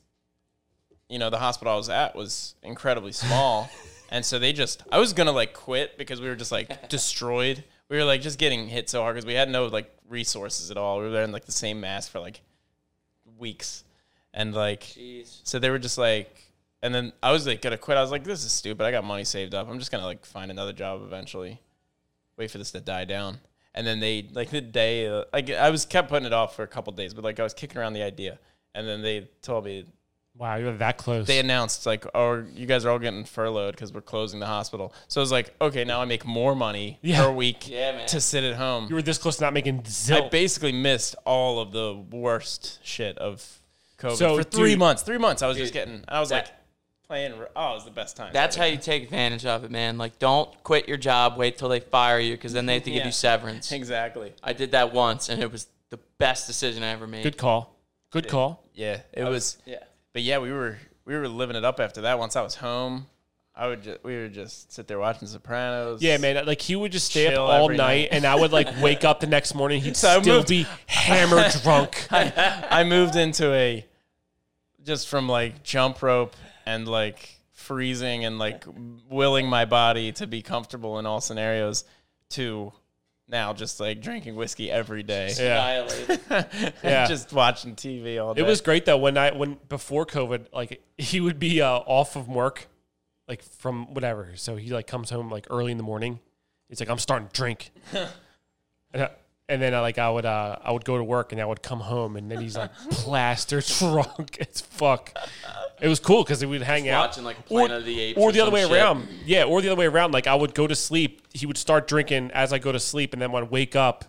S3: you know the hospital I was at was incredibly small, and so they just I was gonna like quit because we were just like destroyed. We were like just getting hit so hard because we had no like resources at all. We were there in like the same mask for like weeks, and like
S1: jeez,
S3: so they were just like, and then I was like gonna quit. I was like, this is stupid. I got money saved up. I'm just gonna like find another job eventually. Wait for this to die down. And then they like the day uh, like I was kept putting it off for a couple days, but like I was kicking around the idea. And then they told me
S2: wow, you were that close.
S3: they announced like, "Oh, you guys are all getting furloughed because we're closing the hospital." So I was like, "Okay, now I make more money
S2: Yeah.
S3: per week
S1: Yeah, man.
S3: to sit at home."
S2: you were this close to not making zilch.
S3: I basically missed all of the worst shit of COVID
S2: So,
S3: for three
S2: dude-
S3: months. Three months, I was just
S1: Dude,
S3: getting. I was
S1: that-
S3: like playing. Oh, it was the best time.
S1: that's how you take advantage of it, man. Like, don't quit your job. Wait till they fire you because then they have to give
S3: Yeah.
S1: you severance.
S3: exactly.
S1: I did that once, and it was the best decision I ever made.
S2: Good call. Good call.
S3: Yeah, it was.
S1: Yeah,
S3: But yeah, we were we were living it up after that. Once I was home, I would just we would just sit there watching Sopranos.
S2: Yeah, man. Like he would just stay up
S3: Chill
S2: all night,
S3: every night.
S2: and I would like wake up the next morning. He'd
S3: So I
S2: still
S3: moved-
S2: be hammer drunk.
S3: I moved into a just from like jump rope and like freezing and like willing my body to be comfortable in all scenarios to now just like drinking whiskey every day.
S2: Yeah,
S1: annihilated.
S2: Yeah.
S3: just watching TV all day.
S2: it was great though. When I when before COVID, like he would be uh, off of work, like from whatever. So he like comes home like early in the morning. He's like, I'm starting to drink, and, I, and then I, like I would uh, I would go to work, and I would come home, and then he's like plastered drunk as fuck. It was cool because we'd hang out,
S1: watching, like, Planet of the Apes
S2: or
S1: or
S2: the other
S1: some
S2: way
S1: shit.
S2: around. Yeah, or the other way around. Like I would go to sleep, he would start drinking as I go to sleep, and then when I wake up,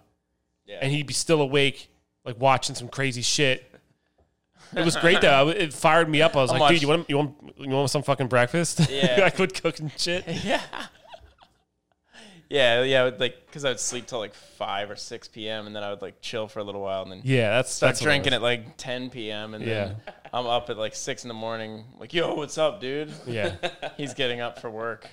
S2: and he'd be still awake, like watching some crazy shit. It was great though. I w- It fired me up. I was like, dude,
S3: watch-
S2: you want you want you want some fucking breakfast?
S3: Yeah.
S2: I would cook and shit.
S3: Yeah. Yeah, yeah, I would, like because I would sleep till like five or six p.m. and then I would like chill for a little while and then
S2: Yeah, that's
S3: start
S2: that's what it
S3: drinking
S2: was.
S3: at like ten p.m. and then I'm up at like six in the morning. Like, yo, what's up, dude?
S2: Yeah,
S3: He's getting up for work,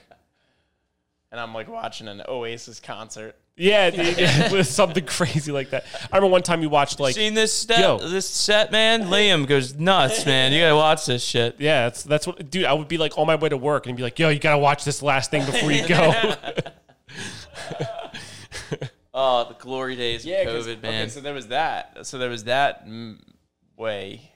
S3: and I'm like watching an Oasis concert.
S2: Yeah, dude, it was something crazy like that. I remember one time we watched like
S1: Seen this step,
S2: yo.
S1: this set, man. Liam goes nuts, man. You gotta watch this shit.
S2: Yeah, that's that's what, dude. I would be like on my way to work and be like, "Yo, you gotta watch this last thing before you go."
S1: Oh, the glory days
S3: Yeah,
S1: of
S3: 'cause-
S1: COVID, man.
S3: Okay, so there was that. So there was that mm, way,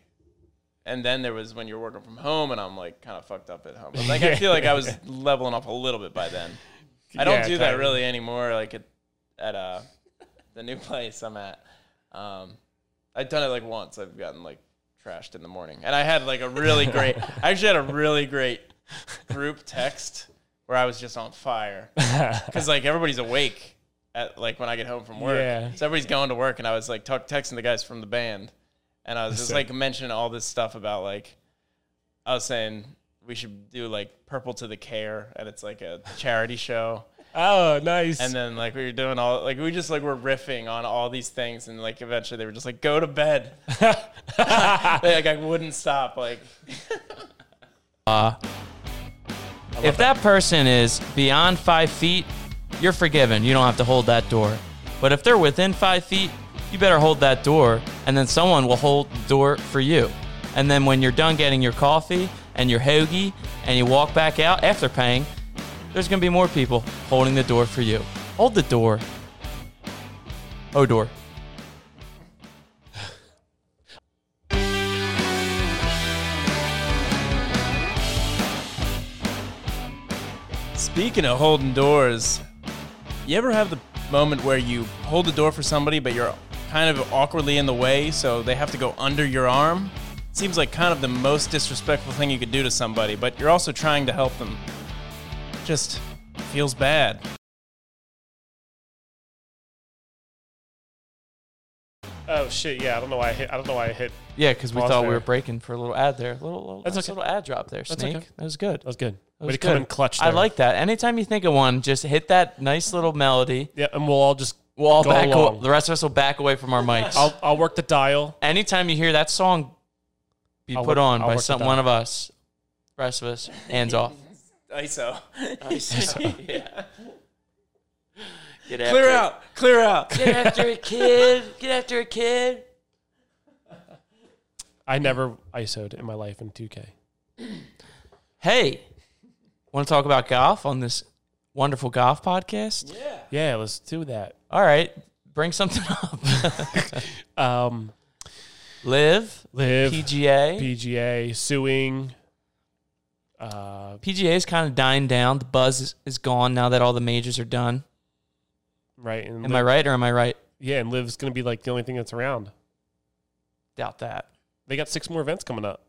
S3: and then there was when you're working from home, and I'm like kind of fucked up at home. But like I feel like I was leveling up a little bit by then. I don't
S2: Yeah,
S3: do that
S2: kinda.
S3: really anymore. Like at, at uh, the new place I'm at, um, I've done it like once. I've gotten like trashed in the morning, and I had like a really great. I actually had a really great group text where I was just on fire because like everybody's awake at like when I get home from work.
S2: Yeah.
S3: So everybody's going to work, and I was like talk, texting the guys from the band, and I was just like mentioning all this stuff about like I was saying we should do like Purple to the Care, and it's like a charity show.
S2: oh, nice.
S3: And then like we were doing all like we just like were riffing on all these things, and like eventually they were just like go to bed. They, like I wouldn't stop. Like
S1: if that person is beyond five feet, you're forgiven. You don't have to hold that door. But if they're within five feet, you better hold that door, and then someone will hold the door for you. And then when you're done getting your coffee and your hoagie and you walk back out after paying, there's gonna be more people holding the door for you. Hold the door. Oh, door.
S3: speaking of holding doors, you ever have the moment where you hold the door for somebody, but you're kind of awkwardly in the way, so they have to go under your arm? Seems like kind of the most disrespectful thing you could do to somebody, but you're also trying to help them. Just feels bad.
S2: oh shit, yeah. I don't know why I hit. I don't know why I hit.
S1: Yeah, because we
S2: Pause
S1: thought we
S2: there.
S1: were breaking for a little ad there. A little, little,
S2: That's
S1: nice
S2: okay.
S1: little ad drop there, Snake.
S2: okay.
S1: That was good.
S2: That was good.
S1: That
S2: Way
S1: was
S2: to come
S1: good.
S2: in clutch.
S1: I
S2: there.
S1: like that. Anytime you think of one, just hit that nice little melody.
S2: Yeah, and we'll all just.
S1: We'll all
S2: Go
S1: back.
S2: along.
S1: The rest of us will back away from our mics.
S2: I'll, I'll work the dial.
S1: Anytime you hear that song be
S2: I'll
S1: put
S2: work-
S1: on
S2: I'll
S1: by
S2: work it
S1: some
S2: down.
S1: one of us, rest of us hands off.
S3: ISO.
S1: Get
S3: Clear out. Clear out.
S1: Get after a kid. Get after a kid.
S2: I never ISO'd in my life in 2K.
S1: Hey, want to talk about golf on this wonderful golf podcast?
S2: Yeah, let's do that.
S1: All right, bring something up.
S2: Um,
S1: Live
S2: live
S1: PGA.
S2: PGA suing. Uh,
S1: PGA's kind of dying down. The buzz is, is gone now that all the majors are done.
S2: right. And
S1: Am
S2: Liv-
S1: I right or am I right?
S2: Yeah, and live's gonna be like the only thing that's around.
S1: Doubt that.
S2: They got six more events coming up.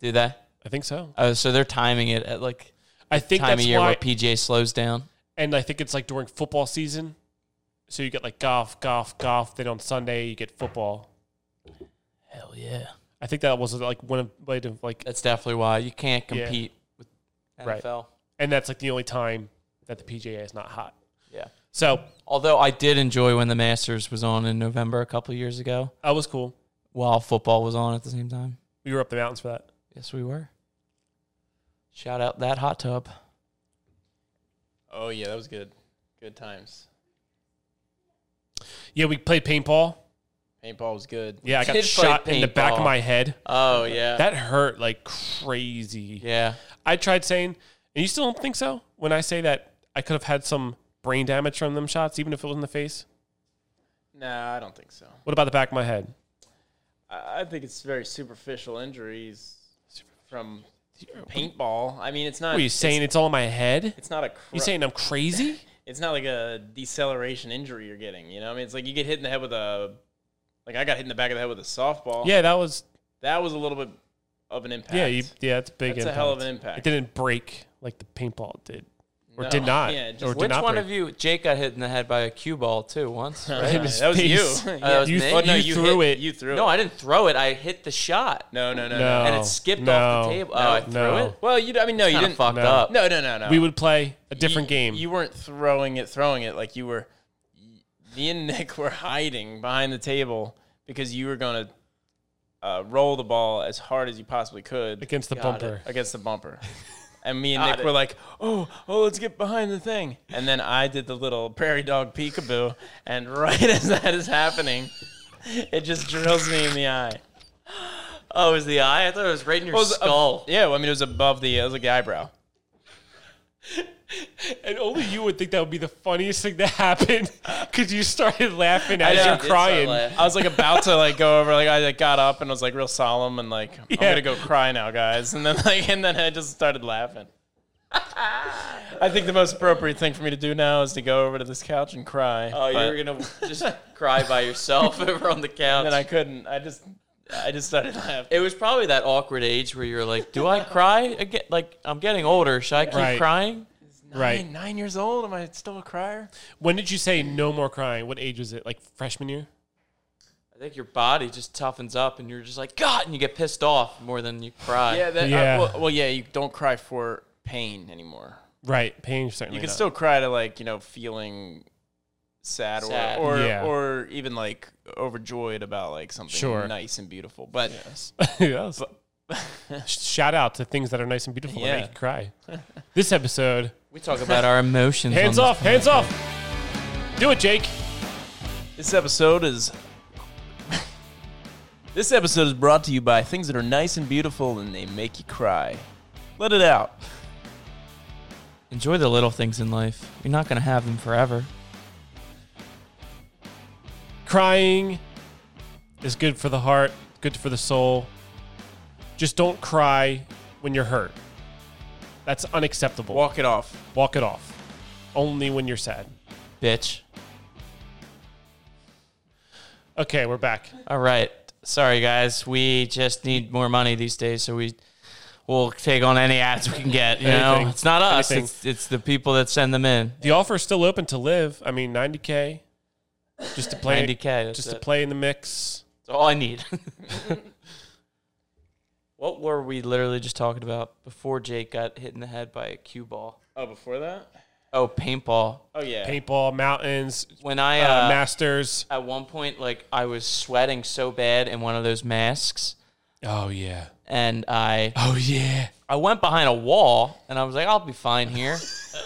S1: Do they?
S2: I think so.
S1: Oh, so they're timing it at like
S2: I think
S1: time of
S2: that's
S1: year
S2: why
S1: where PGA slows down.
S2: and I think it's like during football season. So you get like golf, golf, golf. Then on Sunday you get football.
S1: Hell yeah.
S2: I think that was like one of like, of, like
S1: That's definitely why you can't
S2: Yeah.
S1: compete
S2: Right.
S1: with NFL.
S2: and that's like the only time that the PGA is not hot.
S1: Yeah.
S2: So
S1: Although I did enjoy when the Masters was on in November a couple years ago,
S2: that was cool.
S1: while football was on at the same time.
S2: We were up the mountains for that.
S1: Yes, we were. Shout out that hot tub.
S3: Oh yeah, that was good. Good times.
S2: Yeah, we played paintball.
S3: Paintball was good.
S2: Yeah, I got
S1: Did play
S2: shot in the back of
S1: paintball.
S2: my head.
S3: Oh yeah.
S2: That hurt like crazy.
S1: Yeah.
S2: I tried saying, and you still don't think so? When I say that I could have had some brain damage from them shots, even if it was in the face.
S3: nah, I don't think so.
S2: What about the back of my head?
S3: I I think it's very superficial injuries from paintball. I mean, it's not.
S2: What are you saying? It's, all in my head?
S3: It's not a. Cr-
S2: You saying I'm crazy?
S3: it's not like a deceleration injury you're getting. You know, I mean, it's like you get hit in the head with a. Like I got hit in the back of the head with a softball.
S2: Yeah, that was
S3: that was a little bit of an impact.
S2: yeah, you, yeah, that's a big.
S3: That's a
S2: impact.
S3: hell of an impact.
S2: It didn't break like the paintball did, or
S3: No.
S2: did not,
S3: Yeah, just-
S2: or did
S1: Which
S2: not
S1: one
S2: break.
S1: of you, Jake, got hit in the head by a cue ball too once?
S3: Uh,
S1: Right?
S2: his
S3: that was you.
S2: face.
S3: Yeah.
S1: that was You- me?
S3: Oh, no,
S2: you threw
S3: hit-
S2: it.
S3: You threw
S1: no,
S3: it.
S1: I didn't throw it. I hit the shot.
S3: No, no,
S2: No.
S3: no, no.
S1: and it skipped off the
S2: no,
S1: table. Oh, I
S2: no.
S1: threw it.
S3: Well, you. I mean, no, you
S1: Kind of
S3: didn't.
S1: fucked
S2: No.
S1: up.
S3: No, no, no, no.
S2: We would play a different
S3: you-
S2: game.
S3: You weren't throwing it, throwing it like you were. Me and Nick were hiding behind the table because you were going to uh, roll the ball as hard as you possibly could
S2: against the
S1: Got it.
S2: bumper.
S3: against the bumper. And me and
S4: Got
S3: Nick
S4: it.
S3: were like, oh, oh, let's get behind the thing. And then I did the little prairie dog peekaboo. And right as that is happening, it just drills me in the eye.
S4: Oh, it was the eye? I thought it was right in your
S3: It was ab-
S4: skull.
S3: yeah, well, I mean, it was above the, it was like the eyebrow.
S2: And only you would think that would be the funniest thing to happen because you started laughing as
S3: know.
S2: you're
S3: I did
S4: start
S2: crying.
S4: laughing.
S3: I was like about to like go over, like I like, got up and was like real solemn and like I'm
S2: Yeah.
S3: gonna go cry now, guys. And then like and then I just started laughing. I think the most appropriate thing for me to do now is to go over to this couch and cry.
S4: Oh, you
S3: but-
S4: were going to just cry by yourself over on the couch.
S3: And then I couldn't. I just I just started laughing.
S4: it was probably that awkward age where you're like, do I cry again? Like, I'm getting older. Should I keep
S2: Right.
S4: crying?
S2: Right.
S3: Nine, nine years old. Am I still a crier?
S2: When did you say no more crying? What age was it? Like freshman year?
S4: I think your body just toughens up and you're just like, God, and you get pissed off more than you cry.
S3: Yeah. That,
S2: Yeah.
S3: yeah. well, well, yeah. You don't cry for pain anymore.
S2: Right. Pain certainly.
S3: You can
S2: not.
S3: still cry to like you know feeling sad,
S4: Sad.
S3: or or,
S2: Yeah.
S3: or even like overjoyed about like something
S2: Sure.
S3: nice and beautiful. But
S2: Yes. Shout out to things that are nice and beautiful that
S3: Yeah.
S2: make you cry. This episode,
S4: We talk about our emotions.
S2: hands
S4: on
S2: off, hands off. Do it, Jake.
S3: this episode is this episode is brought to you by things that are nice and beautiful and they make you cry. Let it out.
S1: Enjoy the little things in life. You're not going to have them forever.
S2: Crying is good for the heart, good for the soul. Just don't cry when you're hurt. That's unacceptable.
S3: Walk it off.
S2: Walk it off. Only when you're sad.
S1: Bitch.
S2: Okay, we're back.
S1: All right. Sorry, guys. We just need more money these days, so we will take on any ads we can get. You know,
S2: Anything.
S1: it's not us.
S2: Anything.
S1: It's, it's the people that send them in.
S2: The offer is still open to live. I mean, 90k, just to play,
S1: 90K. That's
S2: just
S1: it.
S2: to play in the mix.
S1: That's all I need. what were we literally just talking about before Jake got hit in the head by a cue ball?
S3: Oh, before that.
S1: Oh, paintball.
S3: Oh yeah.
S2: Paintball, mountains,
S1: When I
S2: uh,
S1: uh,
S2: masters.
S1: at one point, like I was sweating so bad in one of those masks,
S2: Oh yeah.
S1: and I
S2: Oh yeah.
S1: I went behind a wall and I was like, I'll be fine here. so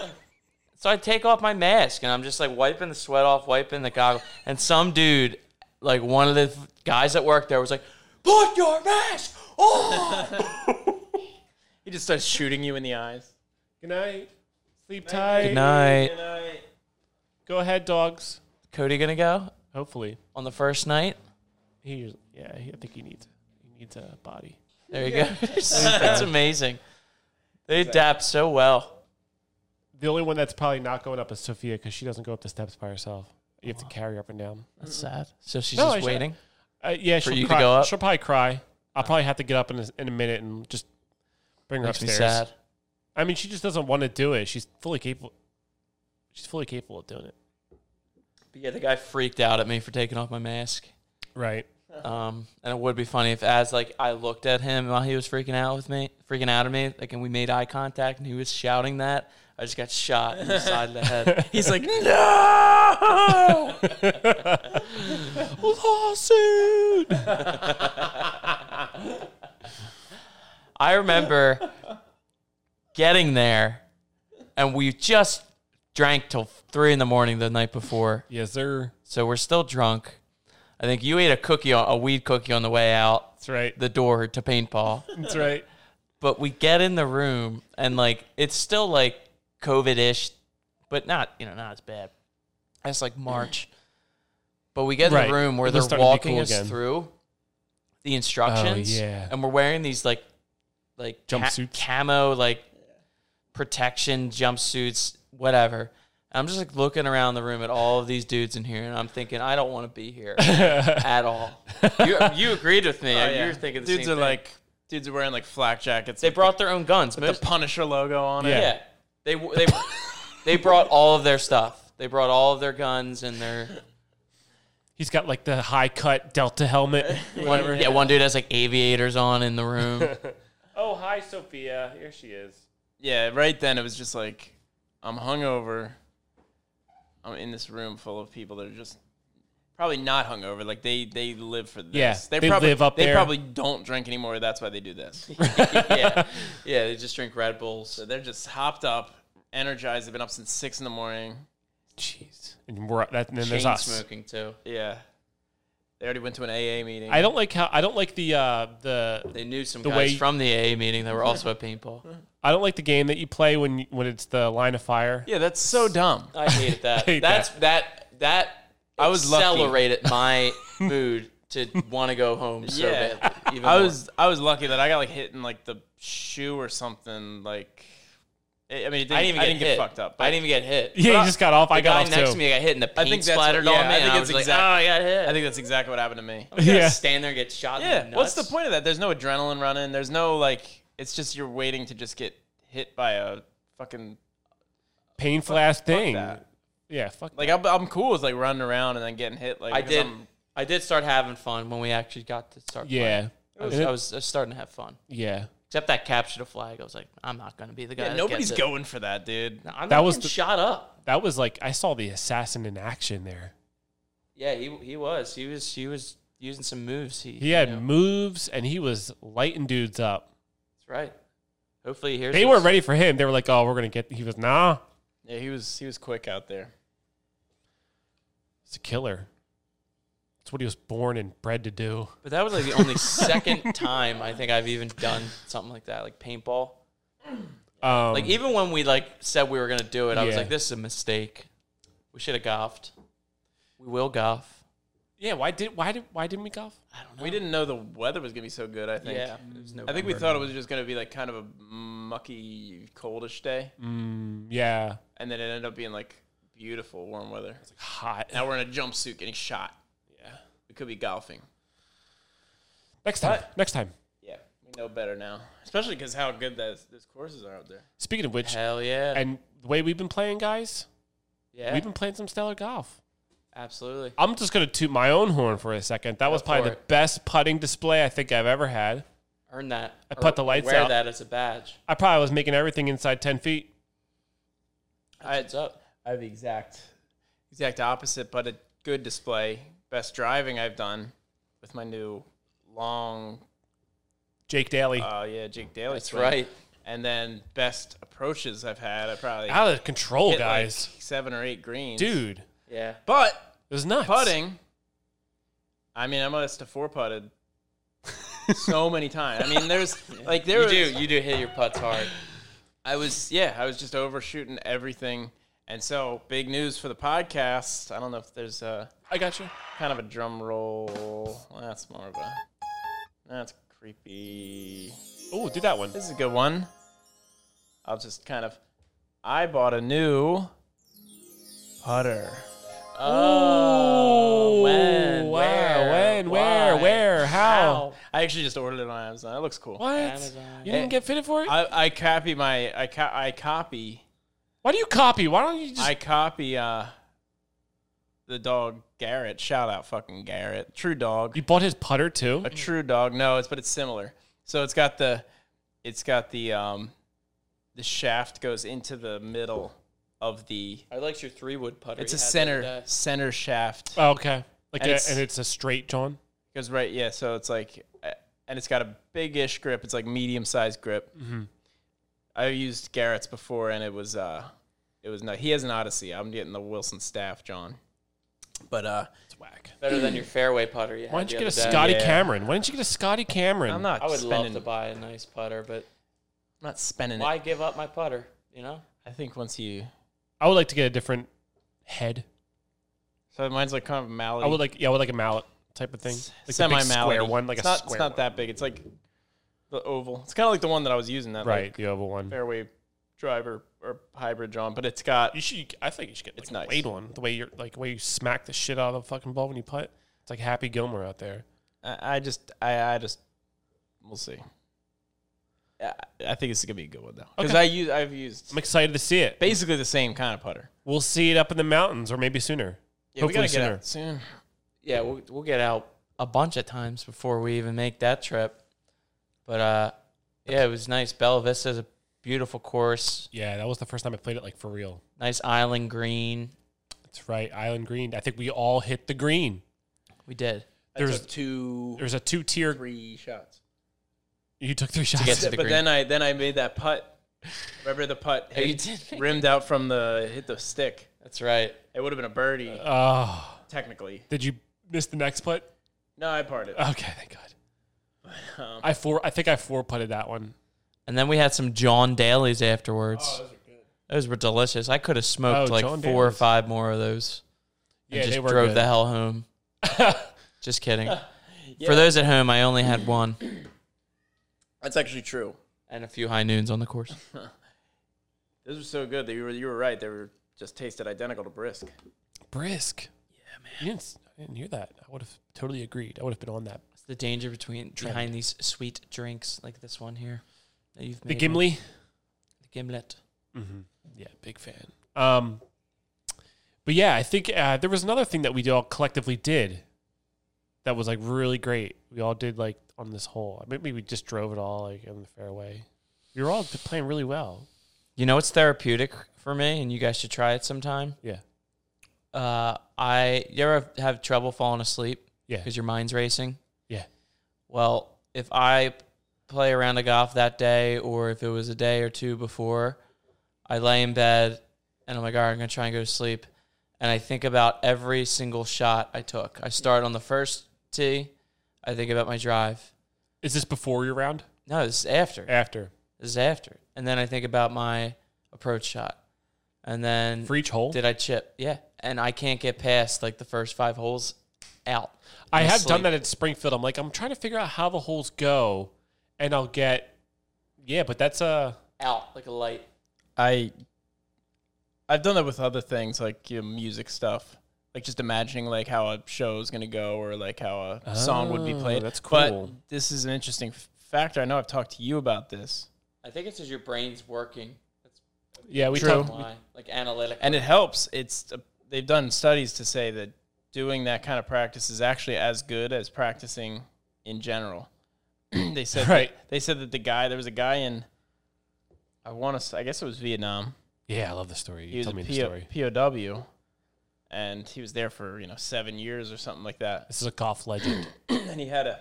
S1: I take off my mask and I'm just like wiping the sweat off, wiping the goggle. And some dude, like one of the guys that worked there, was like, Put your mask on.
S3: He just starts shooting you in the eyes.
S2: Good night. Sleep tight.
S1: Good night.
S2: Go ahead, dogs.
S1: Cody gonna go
S2: Hopefully,
S1: on the first night?
S2: he. Yeah, he, I think he needs. He needs a body.
S1: There you go. That's amazing. They adapt so well.
S2: The only one that's probably not going up is Sophia because she doesn't go up the steps by herself. You have to carry her up and down.
S1: That's sad. So she's
S2: No, I
S1: just
S2: should-
S1: waiting.
S2: Uh, yeah, she'll
S1: you to
S2: cry.
S1: go up?
S2: She'll probably cry. I'll probably have to get up in a, in a minute and just bring her
S1: Makes me
S2: upstairs.
S1: sad.
S2: I mean, she just doesn't want to do it. She's fully capable. She's fully capable of doing it.
S1: But yeah, the guy freaked out at me for taking off my mask.
S2: Right.
S1: Um, and it would be funny if, as like I looked at him while he was freaking out with me, freaking out at me, like, and we made eye contact, and he was shouting that, I just got shot in the side of the head.
S3: He's like, no.
S1: Lawsuit. I remember getting there, and we just drank till three in the morning the night before,
S2: Yes, sir.
S1: so we're still drunk. I think you ate a cookie, on, a weed cookie, on the way out
S2: That's right.
S1: the door to paintball.
S2: That's right.
S1: but we get in the room and like it's still like COVID-ish, but not you know not as bad. It's like March, but we get in
S2: Right.
S1: the room where
S2: They're
S1: they're
S2: starting to
S1: walking
S2: be cool
S1: us
S2: again. Oh,
S1: through the instructions,
S2: yeah.
S1: and we're wearing these like like ca-
S2: Jumpsuits.
S1: camo like protection jumpsuits, whatever. And I'm just like looking around the room at all of these dudes in here, and I'm thinking I don't want to be here at all. You, you agreed with me.
S3: Oh, yeah.
S1: You were thinking the
S3: dudes
S1: same
S3: are
S1: thing.
S3: like dudes are wearing like flak jackets.
S1: they
S3: with
S1: brought their own guns.
S3: the
S1: Most-
S3: Punisher logo on
S2: Yeah.
S3: it.
S1: Yeah. They they they brought all of their stuff. They brought all of their guns and their
S2: He's got like the high cut Delta helmet.
S1: one, yeah. One dude has like aviators on in the room.
S2: oh, hi, Sophia. Here she is.
S3: Yeah, right then it was just like, I'm hungover. I'm in this room full of people that are just probably not hungover. Like they they live for this.
S2: Yeah,
S3: they,
S2: they
S3: probably
S2: live up
S3: they
S2: there.
S3: probably don't drink anymore. That's why they do this.
S1: yeah, yeah. They just drink Red Bulls.
S3: so they're just hopped up, energized. They've been up since six in the morning.
S2: Jeez. And we're that, and then
S1: Chain
S2: there's us.
S1: smoking too.
S3: Yeah, they already went to an AA meeting.
S2: I don't like how I don't like the uh, the
S1: They knew some
S2: The
S1: guys
S2: way-
S1: from the AA meeting that were also at paintball.
S2: I don't like the game that you play when when it's the line of fire.
S3: yeah, that's so dumb.
S1: I hated that.
S2: hate
S1: That's that that
S3: I was lucky.
S1: accelerated my mood to want to go home so
S3: Yeah.
S1: badly. Even
S3: I
S1: more.
S3: was I was lucky that I got like hit in like the shoe or something. Like, I I mean, it didn't,
S1: I didn't even
S3: I
S1: get
S3: didn't
S1: hit.
S3: get fucked up. but-
S1: I didn't even get hit.
S2: Yeah,
S3: But
S2: you
S3: I-
S2: just got off. I
S1: The guy
S2: got off
S1: next
S2: too.
S1: to me got hit in the paint
S3: think that's what-
S1: splattered
S3: yeah,
S1: on
S3: I
S1: me. and
S3: think
S1: I,
S3: it's
S1: was like, "Ah."
S3: exact-
S1: oh, I got hit.
S3: I think that's exactly what happened to me.
S1: You gotta
S2: Yeah.
S1: stand there and get shot.
S3: Yeah.
S1: in the
S3: What's the
S1: nuts?
S3: point of that? There's no adrenaline running. There's no like. It's just you're waiting to just get hit by a fucking
S2: Painful ass thing.
S3: that.
S2: Yeah, fuck.
S3: like. I'm, I'm cool with like running around and then getting hit. Like
S1: I
S3: 'cause
S1: did.
S3: I'm-
S1: I did start having fun when we actually got to start.
S2: yeah,
S1: playing. I was,
S2: And it-
S1: I was I was starting to have fun.
S2: yeah.
S1: Except that capture the flag, I was like, I'm not gonna be the guy.
S3: Yeah,
S1: that
S3: nobody's
S1: gets it.
S3: going for that, dude.
S1: No, I'm
S2: That
S1: not
S2: was
S1: getting
S2: the-
S1: shot up.
S2: That was like I saw the assassin in action there.
S1: Yeah, he he was. He was he was using some moves. He
S2: He
S1: you
S2: had
S1: know,
S2: moves and he was lighting dudes up.
S1: that's right. Hopefully he hears.
S2: They
S1: this.
S2: weren't ready for him. They were like, "Oh, we're gonna get." He was, "Nah,
S3: Yeah, he was he was quick out there.
S2: it's a killer. It's what he was born and bred to do."
S1: But that was like the only second time I think I've even done something like that, like paintball.
S2: Um,
S1: Like even when we like said we were gonna do it, I was
S2: Yeah.
S1: like, this is a mistake. We should have golfed. We will golf.
S2: yeah, why did why did why didn't we golf?
S1: I don't know.
S3: We didn't know the weather was gonna be so good. I think.
S1: Yeah, it was
S3: I think we
S1: November.
S3: thought it was just gonna be like kind of a mucky, coldish day,
S2: Mm, yeah,
S3: and then it ended up being like beautiful, warm weather.
S2: hot.
S3: Now we're in a jumpsuit getting shot.
S2: Yeah.
S3: We could be golfing.
S2: Next time, next time.
S3: Yeah, we know better now, especially because how good those those courses are out there.
S2: Speaking of which,
S1: Hell yeah.
S2: and the way we've been playing, guys,
S1: yeah.
S2: we've been playing some stellar golf.
S1: absolutely.
S2: I'm just gonna toot my own horn for a second. That was probably
S1: for
S2: the
S1: it.
S2: best putting display I think I've ever had.
S1: Earn that.
S2: I put the lights
S1: wear
S2: out.
S1: that as a badge.
S2: I probably was making everything inside ten feet.
S1: Heads up.
S3: I have the exact exact opposite, but a good display. Best driving I've done with my new long,
S2: Jake Daly,
S3: uh, yeah, Jake Daly.
S1: That's
S3: swing.
S1: right.
S3: And then best approaches I've had. I probably
S2: out of control,
S3: hit, like,
S2: guys.
S3: seven or eight greens,
S2: Dude, it
S1: Yeah.
S3: But
S2: was nuts.
S3: putting, I mean, I must have four putted so many times. I mean, there's like there
S1: You
S3: was,
S1: do. You do hit your putts hard.
S3: I was yeah, I was just overshooting everything. And so, big news for the podcast. I don't know if there's a
S2: I got you.
S3: kind of a drum roll. That's more of a that's creepy.
S2: Oh, do that one.
S3: This is a good one. I'll just kind of. I bought a new putter. Uh,
S1: Uh, Oh, when?
S2: wow,
S1: where,
S2: when, where,
S1: why,
S2: where, how?
S3: I actually just ordered it on Amazon. It looks cool.
S2: What?
S1: Amazon.
S2: You didn't get fitted for it?
S3: I, I copy my I co- I copy
S2: Why do you copy? Why don't you just?
S3: I copy uh the dog Garrett. Shout out fucking Garrett. True dog.
S2: you bought his putter too.
S3: a true dog. No, it's but it's similar. So it's got the it's got the um the shaft goes into the middle of the
S1: I liked your three wood putter.
S3: it's
S1: Oh, you
S3: a
S1: had the
S3: center
S1: other day.
S3: center shaft.
S2: Oh, okay, like
S3: And
S2: a,
S3: it's-
S2: and it's a straight John.
S3: Goes right, yeah. So it's like, uh, and it's got a big-ish grip. It's like medium-sized grip.
S2: Mm-hmm.
S3: I used Garrett's before, and it was uh, it was no. He has an Odyssey. I'm getting the Wilson Staff, John. But uh,
S2: It's whack.
S1: Better than your fairway putter. You
S2: Why
S1: had
S2: don't you
S1: the
S2: get a
S1: other day.
S2: Scotty
S3: Yeah.
S2: Cameron? Why don't you get a Scotty Cameron?
S3: I'm not.
S1: I would
S3: spending,
S1: love to buy a nice putter, but
S3: I'm not spending
S1: why
S3: it.
S1: give up my putter? You know,
S3: I think once you,
S2: I would like to get a different head.
S3: so mine's like kind of a mallet.
S2: I would like, yeah, I would like a mallet type of thing, like a big
S3: semi
S2: square one, like
S3: it's
S2: a
S3: not,
S2: square.
S3: It's not
S2: one.
S3: that big. It's like the oval. It's kind of like the one that I was using. That
S2: right,
S3: like,
S2: the oval one.
S3: fairway driver or hybrid, John. But it's got
S2: You should. I think you should get like
S3: It's
S2: a
S3: nice.
S2: blade one. The way you're like the way you smack the shit out of the fucking ball when you putt. It's like Happy Gilmore out there.
S3: I, I just, I, I just, we'll see. I, I think this is gonna be a good one though, because I use, I've used
S2: I'm excited to see it.
S3: basically the same kind of putter.
S2: We'll see it up in the mountains or maybe sooner.
S3: Yeah, we gotta get out soon.
S1: yeah, we'll we'll get out a bunch of times before we even make that trip. But uh, yeah, it was nice. Bella Vista's a beautiful course,
S2: Yeah, that was the first time I played it like for real.
S1: nice island green.
S2: That's right, Island Green. I think we all hit the green.
S1: We did
S3: I
S2: There's-
S3: took two,
S2: There's a two tier.
S3: three shots.
S2: You took three shots.
S1: get to the
S3: but
S1: green.
S3: then I then I made that putt. Remember the putt?
S1: Oh, you
S3: hit-
S1: did make-
S3: rimmed out from the hit the stick.
S1: That's right.
S3: It would have been a birdie
S2: Oh,
S3: technically.
S2: did you miss the next putt?
S3: No, I parted.
S2: Okay, thank God.
S3: Um,
S2: I four. I think I four putted that one.
S1: And then we had some John Daly's afterwards.
S3: those are good.
S1: Oh, Those were delicious. I could have smoked
S2: Oh,
S1: like
S2: John
S1: four or
S2: Daly's.
S1: five more of those. And
S2: Yeah,
S1: just
S2: they were
S1: drove
S2: good.
S1: the hell home. just kidding. For those at home, I only had one
S3: That's actually true.
S1: and a few high noons on the course.
S3: Those were so good that you were you were right. They were just tasted identical to brisk.
S2: brisk. Yeah, man. You didn't, s- I didn't hear that. I would have totally agreed. I would have been on that.
S1: It's the danger between behind these sweet drinks like this one here that you've
S2: The
S1: made. me.
S2: Gimli.
S1: The gimlet.
S2: Mm-hmm. Yeah, big fan. Um, but yeah, I think uh, there was another thing that we all collectively did that was like really great. We all did like on this hole. Maybe we just drove it all like on the fairway. We were all playing really well.
S1: You know it's therapeutic for me, and you guys should try it sometime.
S2: Yeah.
S1: Uh, I you ever have trouble falling asleep?
S2: Yeah.
S1: because your mind's racing.
S2: Yeah.
S1: Well, if I play a round of golf that day, or if it was a day or two before, I lay in bed and I'm like, all right, I'm gonna try and go to sleep, and I think about every single shot I took. I start on the first tee, I think about my drive.
S2: Is this before your round?
S1: No, this is after.
S2: After
S1: This is after, and then I think about my approach shot, and then
S2: for each hole?
S1: did I chip? Yeah. And I can't get past like the first five holes out.
S2: I
S1: I'm
S2: have
S1: asleep.
S2: done that at Springfield. I'm like, I'm trying to figure out how the holes go, and I'll get, yeah, but that's uh,
S1: Out like a light.
S3: I I've done that with other things like you know, music stuff. Like just imagining like how a show is going to go or like how a song would be
S2: Oh,
S3: played.
S2: that's cool.
S3: But this is an interesting f- factor. I know I've talked to you about this.
S1: I think it's as your brain's working. That's
S2: yeah, we
S3: True.
S2: talk,
S1: why. Like analytic.
S3: And it helps. It's uh, they've done studies to say that doing that kind of practice is actually as good as practicing in general. they said that-
S2: Right.
S3: they said that the guy there was a guy in I want to I guess it was Vietnam.
S2: Yeah, I love the story.
S3: he
S2: You
S3: was
S2: told
S3: a
S2: me the story.
S3: PO POW, and he was there for you know seven years or something like that.
S2: This is a golf legend.
S3: and he had a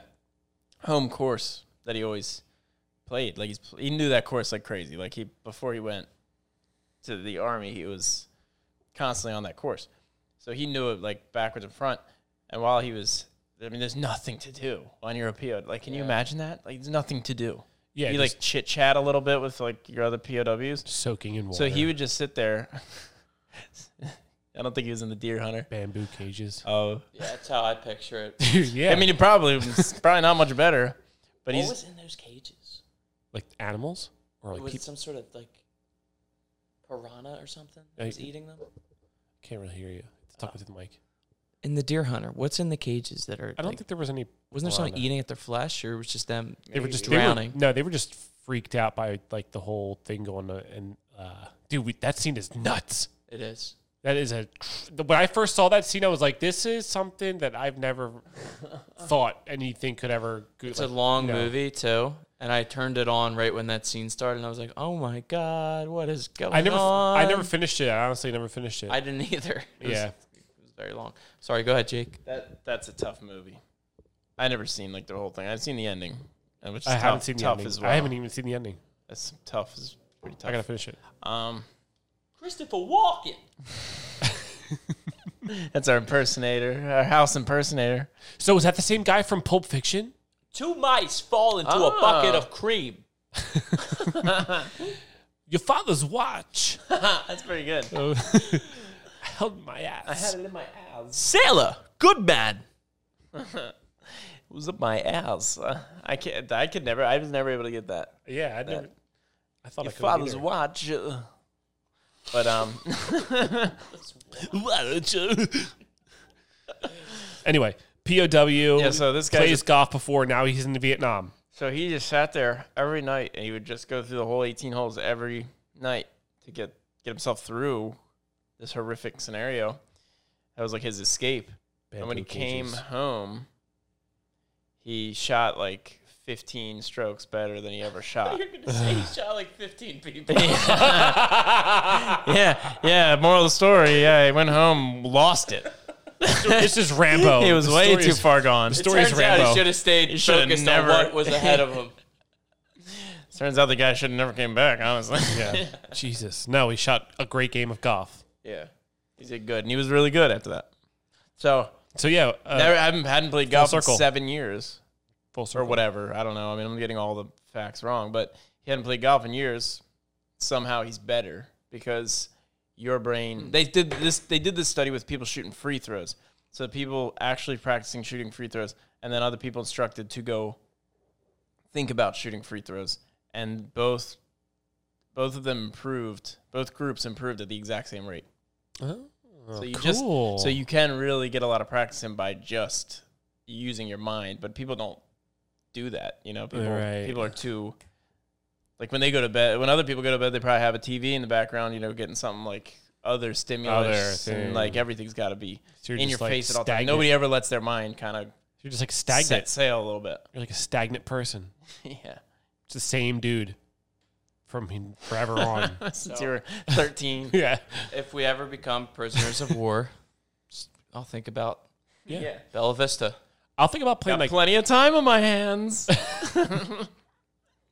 S3: home course that he always played. Like he's pl- he knew that course like crazy. Like he before he went to the army, he was constantly on that course, so he knew it like backwards and front. And while he was, I mean, there's nothing to do on your POW. Like, can you imagine that? Like, there's nothing to do.
S2: Yeah,
S3: you
S2: just
S3: like chit chat a little bit with like your other POWs.
S2: soaking in water.
S3: So he would just sit there. I don't think he was in the deer hunter.
S2: bamboo cages.
S3: Oh,
S1: yeah, that's how I picture it.
S2: yeah,
S3: I mean, it probably it's probably not much better. But
S1: what
S3: he's
S1: was in those cages?
S2: like animals or
S1: It
S2: like
S1: was
S2: people.
S1: some sort of like piranha or something
S2: that
S1: that
S2: was
S1: was
S2: Like-
S1: eating them?
S2: Can't really hear you.
S3: Oh.
S2: Talk to the mic.
S1: In the deer hunter, what's in the cages that are
S2: I don't
S1: like-
S2: think there was any.
S1: wasn't there someone
S2: piranha.
S1: eating at their flesh or it was just them
S2: They were just
S1: Maybe.
S2: they were-
S1: Drowning.
S2: no, they were just freaked out by like the whole thing going on. And uh, dude, we, that scene is nuts.
S1: it is.
S2: That is a. When I first saw that scene, I was like, "This is something that I've never thought anything could ever." Go,
S1: It's
S2: like,
S1: a long
S2: no.
S1: movie too. And I turned it on right when that scene started and I was like, Oh my god, what is going
S2: I never,
S1: on?
S2: I never finished it. I honestly never finished it.
S1: I didn't either. It was-
S2: yeah,
S1: it was very long. Sorry, go ahead, Jake.
S3: that that's a tough movie. I never seen like the whole thing. I've seen the ending, uh, which is
S2: I
S3: tough,
S2: haven't seen the
S3: tough
S2: ending.
S3: as well.
S2: I haven't even seen the ending.
S3: That's tough. Is pretty
S2: I gotta
S3: tough.
S2: finish it.
S3: um,
S1: Christopher Walken.
S3: that's our impersonator, our house impersonator.
S2: So is that the same guy from Pulp Fiction?
S1: Two mice fall into
S3: a bucket
S1: Ah.
S3: of
S1: cream.
S2: Your father's watch
S3: That's pretty good.
S2: held my ass.
S3: it in my ass.
S1: Sailor, good man.
S3: It was up my ass. Uh, I can't. I could never. I was never able to get that.
S2: yeah, I never. I thought I
S3: Your
S2: could.
S3: father's watch. uh. But um.
S2: watch. anyway, POW. Yeah,
S3: so this guy
S2: plays
S3: just-
S2: golf before. Now he's in Vietnam.
S3: So he just sat there every night, and he would just go through the whole 18 holes every night to get get himself through this horrific scenario. That was like his escape. and when he
S2: Bamboo
S3: came
S2: cages.
S3: home, he shot like 15 strokes better than he ever shot.
S1: You're gonna say he shot like 15 people.
S3: yeah, yeah. Moral of the story. Yeah, he went home, lost it.
S2: this is Rambo.
S3: It was
S2: The
S3: way
S2: story
S3: too
S2: is-
S3: far gone.
S2: The story is
S1: Turns out he
S2: Rambo.
S1: should have stayed
S3: He shoulda
S1: focused
S3: never-
S1: on what was ahead of him.
S3: Turns out the guy should have never came back. Honestly,
S2: Yeah. Jesus. No, he shot a great game of golf.
S3: yeah. He did good, and he was really good after that. So
S2: So yeah, uh,
S3: never, I haven't hadn't played golf in
S2: circle.
S3: seven years
S2: full
S3: or
S2: circle.
S3: whatever. I don't know. I mean, I'm getting all the facts wrong, but he hadn't played golf in years. Somehow he's better because your brain. They did this. They did this study with people shooting free throws. So people actually practicing shooting free throws, and then other people instructed to go think about shooting free throws, and both both of them improved. Both groups improved at the exact same rate.
S2: Oh,
S3: So you just
S2: cool.
S3: so you can really get a lot of practice in by just using your mind, but people don't do that. You know, people
S2: Right.
S3: people are too like when they go to bed. When other people go to bed, they probably have a TV in the background. You know, getting something like other stimulus
S2: Other
S3: and
S2: thing.
S3: like everything's got to be
S2: So you're
S3: in
S2: just,
S3: your
S2: like,
S3: face at all times.
S2: stagnant.
S3: Nobody ever lets their mind kind of
S2: you're just like
S3: set
S2: stagnant.
S3: sail a little bit.
S2: You're like a stagnant person.
S3: yeah,
S2: It's the same dude from him forever on.
S3: since you were thirteen.
S2: yeah.
S1: If we ever become prisoners of war, just- I'll think about
S2: Yeah.
S3: Yeah.
S1: Bella Vista.
S2: I'll think about playing
S3: Got
S2: like
S3: plenty of time on my hands.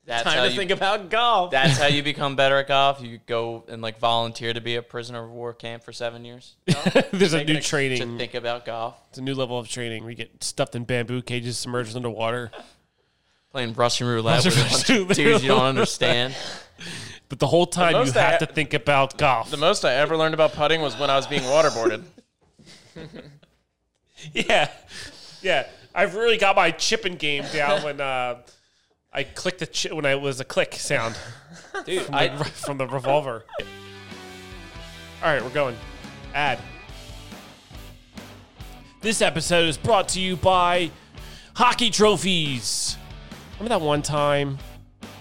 S1: That's how
S3: time to
S1: you.
S3: think about golf.
S1: that's how you become better at golf. You go and like volunteer to be a prisoner of war camp for seven years
S2: there's a new
S1: to
S2: training.
S1: think about golf.
S2: It's a new level of training. We get stuffed in bamboo cages, submerged underwater.
S1: Playing Russian roulette
S2: Russian
S1: with a bunch of
S2: roulette.
S1: dudes you don't understand.
S2: But the whole time you
S3: most I
S2: have
S3: ha-
S2: to think about golf.
S3: The most I ever learned about putting was when I was being waterboarded.
S2: yeah. Yeah. I've really got my chipping game down when uh, I clicked the chi- when I it was a click sound. Dude, from, the, from the revolver. All right, we're going. Ad. This episode is brought to you by hockey trophies. Remember that one time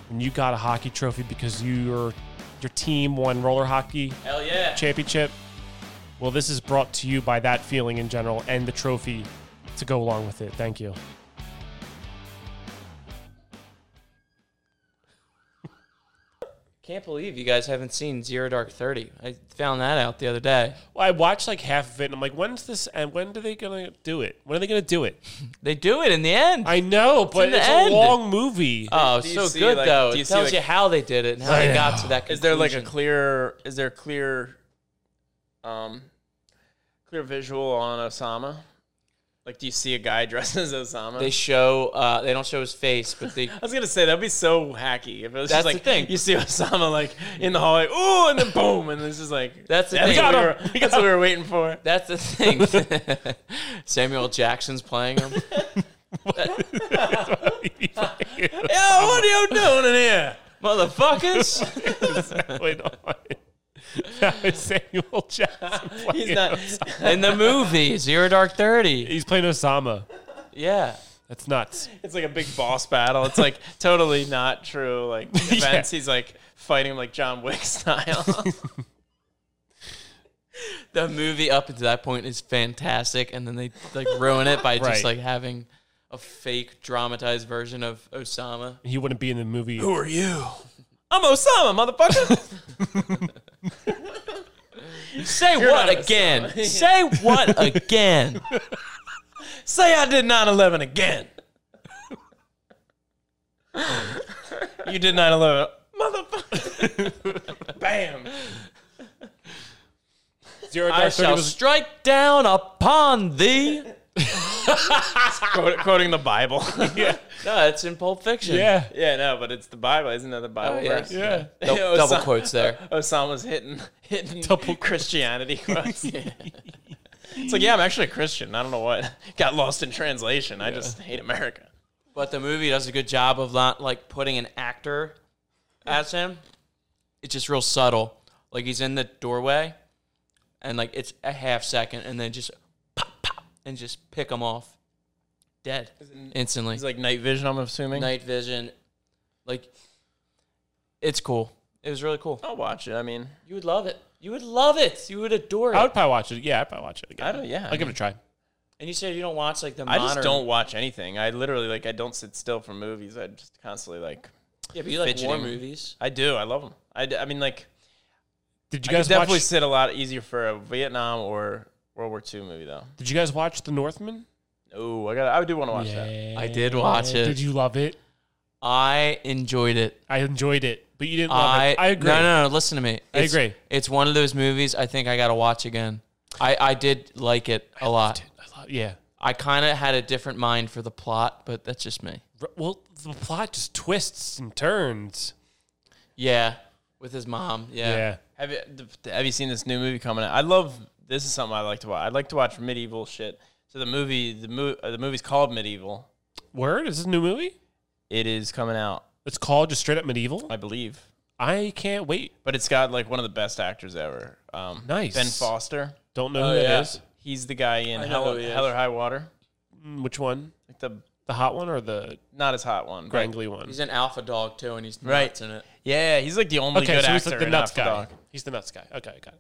S2: when you got a hockey trophy because your your team won roller hockey
S1: Hell yeah!
S2: championship. Well, this is brought to you by that feeling in general and the trophy to go along with it. Thank you.
S1: Can't believe you guys haven't seen Zero Dark Thirty. I found that out the other day.
S2: Well, I watched like half of it and I'm like, when's this and when do they gonna do it? When are they gonna do it?
S1: They do it in the end.
S2: I know, but
S1: in the
S2: it's
S1: end.
S2: a long movie.
S1: oh,
S3: Do you
S1: so
S3: see,
S1: good
S3: like-
S1: though.
S3: do you
S1: It
S3: see,
S1: tells
S3: like-
S1: you how they did it and how
S2: I
S1: they got
S2: know.
S1: to that.
S3: Is there like a
S1: conclusion.
S3: clear? Is there a clear, um, clear visual on Osama? Like, do you see a guy dressed as Osama?
S1: They show. Uh, they don't show his face, but they.
S3: I was gonna say that'd be so hacky if it was
S1: That's
S3: just like
S1: the thing.
S3: you see Osama like in the hallway, ooh, and then boom, and this is like
S1: That's the
S3: that's,
S1: thing.
S3: what
S2: Got
S3: we, were,
S2: him.
S3: that's what we were waiting for.
S1: That's the thing. Samuel Jackson's playing him.
S3: Yeah, what are you doing in here?
S1: Motherfuckers.
S2: Wait on. That was Samuel Jackson.
S3: He's
S2: playing
S3: not.
S2: Os-
S1: in the movie Zero Dark Thirty.
S2: He's playing Osama.
S1: Yeah.
S2: That's nuts.
S3: It's like a big boss battle. It's like totally not true. Like events, he's like fighting him like John Wick style.
S1: The movie up until that point is fantastic, and then they like ruin it by
S2: Right.
S1: just like having a fake dramatized version of Osama.
S2: He wouldn't be in the movie.
S3: Who are you? I'm Osama, motherfucker.
S1: Say
S3: not
S1: what
S3: Osama.
S1: again? Say what again?
S3: Say I did 9 11 again. you did 9 11. Motherfucker. Bam.
S2: Zero
S1: I
S2: Dark Thirty
S1: shall
S2: was
S1: strike down upon thee.
S3: Quote, quoting the Bible. yeah.
S1: No, it's in Pulp Fiction.
S2: yeah,
S3: yeah, no, but it's the Bible. Isn't that the Bible
S1: Oh, yeah.
S3: verse?
S2: yeah.
S1: Dou-
S3: Yeah,
S1: double
S3: Osama-
S1: quotes there.
S3: Osama's hitting, hitting
S2: Double-
S3: Christianity. quotes. It's like, yeah, I'm actually a Christian. I don't know what. Got lost in translation. I just hate America.
S1: But the movie does a good job of not like putting an actor as him. It's just real subtle. Like he's in the doorway, and like it's a half second, and then just pop, pop, and just pick him off, dead instantly.
S3: It's like night vision, I'm assuming.
S1: Night vision, like it's cool. It was really cool.
S3: I'll watch it. I mean,
S1: You would love it. You would love it. You would adore it.
S2: I would probably watch it. Yeah, I'd probably watch it again.
S3: I don't, yeah.
S2: I'll give it a try.
S1: and you said you don't watch like the
S3: I
S1: modern.
S3: just don't watch anything. I literally like I don't sit still for movies. I just constantly like
S1: Yeah, but you like war
S3: fidgeting.
S1: movies.
S3: I do. I love them. I, d- I mean like
S2: Did
S3: I
S2: you
S3: could
S2: guys
S3: definitely
S2: watch?
S3: sit a lot easier for a Vietnam or World War II movie though.
S2: Did you guys watch The Northman?
S3: Oh, I got. I do want to watch that.
S1: I did watch it.
S2: Did you love it?
S1: I enjoyed it.
S2: I enjoyed it, but you didn't love
S1: I
S2: it. I agree.
S1: No, no, no. Listen to me.
S2: I
S1: It's-
S2: agree.
S1: It's one of those movies I think I got to watch again. I, I did like it a lot.
S2: I lo- Yeah.
S1: I kind of had a different mind for the plot, but that's just me.
S2: R- Well, the plot just twists and turns.
S1: Yeah, with his mom. Yeah.
S2: Yeah.
S3: Have you th- Have you seen this new movie coming out? I love. This is something I like to watch. I like to watch medieval shit. So the movie, the mo- uh, the movie's called Medieval.
S2: Word? Is this a new movie?
S3: It is coming out,
S2: It's called just straight up medieval.
S3: I believe.
S2: I can't wait.
S3: But it's got like one of the best actors ever. Um,
S2: Nice.
S3: Ben Foster.
S2: Don't know who
S3: Oh, yeah.
S2: that is.
S3: He's the guy in
S4: I know
S3: Hell,
S4: who he is.
S3: Hell or High Water.
S2: Mm, Which one?
S3: Like the
S2: The hot one or the
S3: not as hot one. but-
S2: grangly one?
S4: He's an alpha dog too, and he's
S3: Right.
S4: nuts in it.
S3: Yeah, he's like the only
S2: Okay,
S3: good
S2: so he's
S3: actor
S2: like the
S3: in
S2: nuts
S3: Alpha
S2: guy.
S3: Dog.
S2: He's the nuts guy. Okay, I got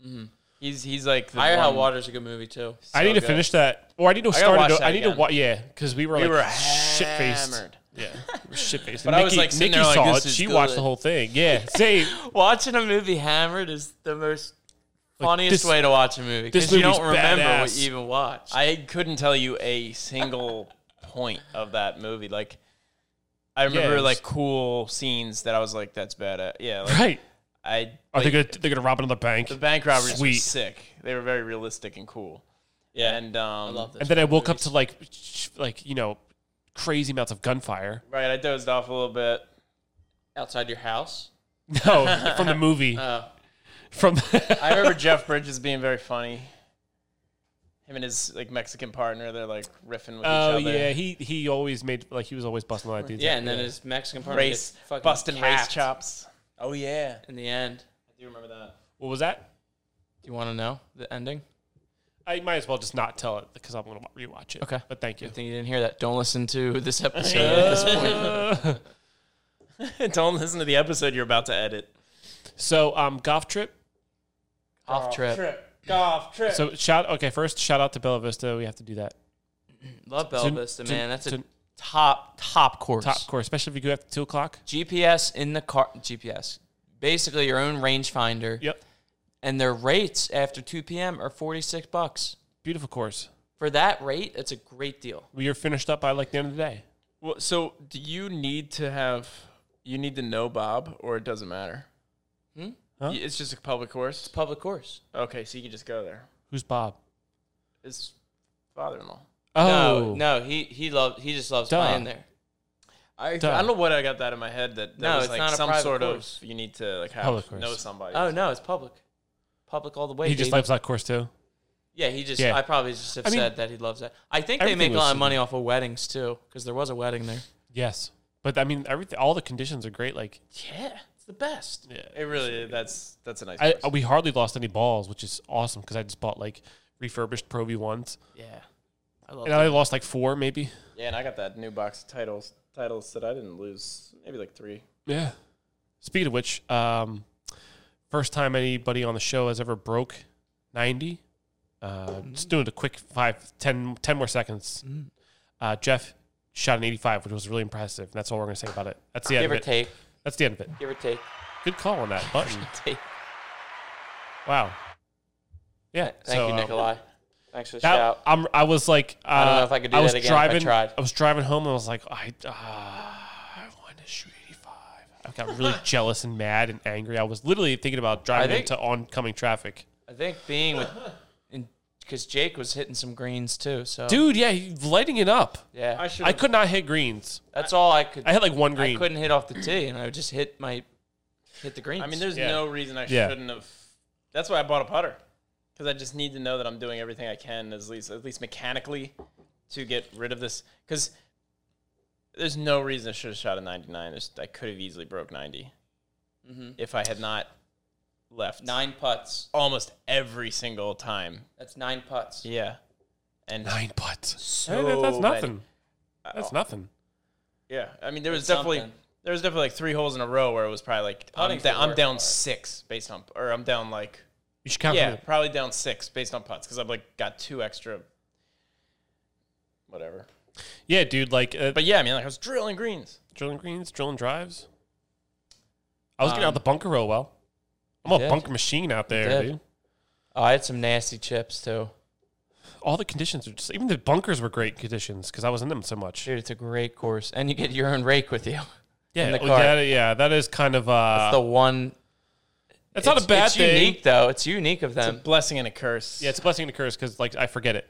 S2: it.
S3: He's he's like the
S4: Higher High
S3: one-
S4: Water's a good movie too.
S2: I need to
S3: good.
S2: finish that, or I need to
S3: gotta
S2: start.
S3: watch
S2: it o-
S3: that
S2: I need to
S3: again.
S2: watch. Yeah, because we were
S3: We
S2: like
S3: were
S2: shit faced.
S3: hammered.
S2: Yeah, we were shit faced.
S3: But I was, like, sitting
S2: Nikki
S3: there like,
S2: saw
S3: this
S2: it.
S3: is
S2: She watched
S3: good.
S2: the whole thing. Yeah, same.
S4: Watching a movie hammered is the most
S2: Like,
S4: funniest
S2: this-
S4: way to watch a movie
S2: this
S4: because you don't
S2: movie's
S4: remember what
S2: badass.
S4: you even watched.
S3: I couldn't tell you a single point of that movie. Like I remember
S2: it's-
S3: like cool scenes that I was like, that's bad at yeah. Like,
S2: Right?
S3: I
S2: Are they
S3: like,
S2: gonna they're gonna rob another bank?
S3: the bank robberies
S2: Sweet.
S3: were sick. They were very realistic and cool. Yeah. And um I
S4: love this.
S2: and then I woke up to like, sh- like you know, crazy amounts of gunfire.
S3: Right, I dozed off a little bit.
S4: Outside your house,
S2: No, from the movie.
S4: Oh.
S2: From the,
S3: I remember Jeff Bridges being very funny. Him and his like Mexican partner, they're like riffing with
S2: oh
S3: each other.
S2: yeah, he he always made like he was always busting like these.
S4: yeah, and then his Mexican partner
S3: Race
S4: gets fucking
S3: busting race
S4: capped
S3: chops. Oh yeah.
S4: in the end.
S3: I do remember that.
S2: what was that?
S4: Do you want to know the ending?
S2: I might as well just not tell it because I'm gonna rewatch it.
S4: Okay.
S2: but thank you.
S4: Good thing you didn't hear that. Don't listen to this episode.
S3: Don't listen to the episode you're about to edit.
S2: So um, golf trip.
S4: Off trip.
S3: Golf trip.
S2: So shout okay. First shout out to Bella Vista. We have to do that
S4: Love Bella Vista,
S2: to-
S4: man. That's a
S2: to-
S4: top top course.
S2: top course, especially if you go after two o'clock.
S4: GPS in the car. GPS, basically your own rangefinder,
S2: Yep,
S4: and their rates after 2 p.m. are 46 bucks.
S2: beautiful course.
S4: For that rate, that's a great deal.
S2: We are finished up by like the end of the day.
S3: Well, so do you need to have you need to know Bob or it doesn't matter?
S2: Huh?
S3: Y- It's just a public course.
S4: Public course.
S3: Okay, so you can just go there.
S2: Who's Bob?
S3: It's father-in-law.
S2: Oh
S4: No, no, he he loved he just loves
S2: Duh.
S4: playing there.
S3: I, I
S2: Duh.
S3: don't know what I got that in my head that, that
S4: No,
S3: was
S4: it's
S3: like
S4: not a
S3: some
S4: private
S3: sort
S4: course.
S3: of you need to like have
S2: Public course.
S3: know somebody.
S4: Oh no, it's public. Public all the way.
S2: he just
S4: baby.
S2: likes that course too.
S4: Yeah, he just.
S2: Yeah.
S4: I probably just have
S2: I mean,
S4: said that he loves that. I think they
S2: everything
S4: make a
S2: was
S4: lot of
S2: super-
S4: money off of weddings too, because there was a wedding there.
S2: Yes, but I mean everything. All the conditions are great. Like
S4: Yeah, it's the best.
S3: It really that's that's a nice
S2: I,
S3: course.
S2: we hardly lost any balls, which is awesome because I just bought like refurbished Pro V ones,
S4: Yeah, I love
S2: and I lost like four maybe.
S3: Yeah, and I got that new box of titles titles that I didn't lose. Maybe like three.
S2: Yeah. Speaking of which, um, first time anybody on the show has ever broke 90. Uh,
S4: Mm-hmm.
S2: just doing a quick five, 10, 10 more seconds.
S4: Mm.
S2: Uh, Jeff shot an 85, which was really impressive. And that's all we're going to say about it. That's the end
S4: give
S2: of
S4: or
S2: it.
S4: take.
S2: That's the end of it.
S4: Give or take.
S2: Good call on that button.
S4: take.
S2: Wow. Yeah.
S4: Thank
S2: so,
S4: you,
S2: uh,
S4: Nikolai. Thanks for the
S2: that-
S4: shout.
S2: I'm, I was like, uh, I
S4: don't know if I could do that
S2: was
S4: again if I
S2: Driving,
S4: tried.
S2: was driving home and I was like, I, uh, I want to shoot 85. I got really jealous and mad and angry. I was literally thinking about driving
S4: think-
S2: into oncoming traffic.
S4: I think being with, because Jake was hitting some greens too. So
S2: Dude, yeah, he- lighting it up.
S4: yeah,
S3: I should
S2: I could not hit greens.
S4: that's all I could.
S2: I
S4: I,
S2: hit like one green.
S4: couldn't hit off the tee, and I would just hit my, hit the greens.
S3: I mean, there's
S2: Yeah.
S3: no reason I
S2: Yeah.
S3: shouldn't have. That's why I bought a putter, because I just need to know that I'm doing everything I can, at least at least mechanically, to get rid of this. Because there's no reason I should have shot a 99. There's, I could have easily broke 90 if I had not left
S4: Mm-hmm. nine putts.
S3: almost every single time.
S4: That's nine putts.
S3: Yeah, and
S2: Nine putts.
S3: so
S2: that's
S3: many-
S2: nothing.
S4: Uh,
S2: That's nothing.
S3: Yeah, I mean there was
S4: It's
S3: definitely
S4: something.
S3: there was definitely like three holes in a row where it was probably like I'm,
S4: Putting's
S3: da-
S4: the
S3: I'm
S4: worst
S3: down
S4: part.
S3: six based on or I'm down like
S2: You should count.
S3: yeah
S2: Yeah.
S3: probably down six based on putts because I've like got two extra whatever.
S2: yeah, dude. Like uh,
S3: But yeah, I mean like I was drilling greens.
S2: drilling greens, drilling drives.
S1: Um,
S2: I was getting out the bunker real well. I'm a
S4: did.
S2: bunker machine out there,
S4: did.
S2: dude.
S1: Oh, I had some nasty chips too.
S2: All the conditions are just even the bunkers were great conditions because I was in them so much.
S1: Dude, it's a great course, and you get your own rake with you.
S2: Yeah,
S1: the
S2: well,
S1: car.
S2: that- yeah, that is kind of uh,
S1: That's the one.
S2: that's not a bad
S1: it's
S2: thing.
S1: unique though. It's unique of
S3: It's a
S2: Um,
S1: them.
S3: blessing and a curse.
S2: Yeah, it's a blessing and a curse because like I forget it,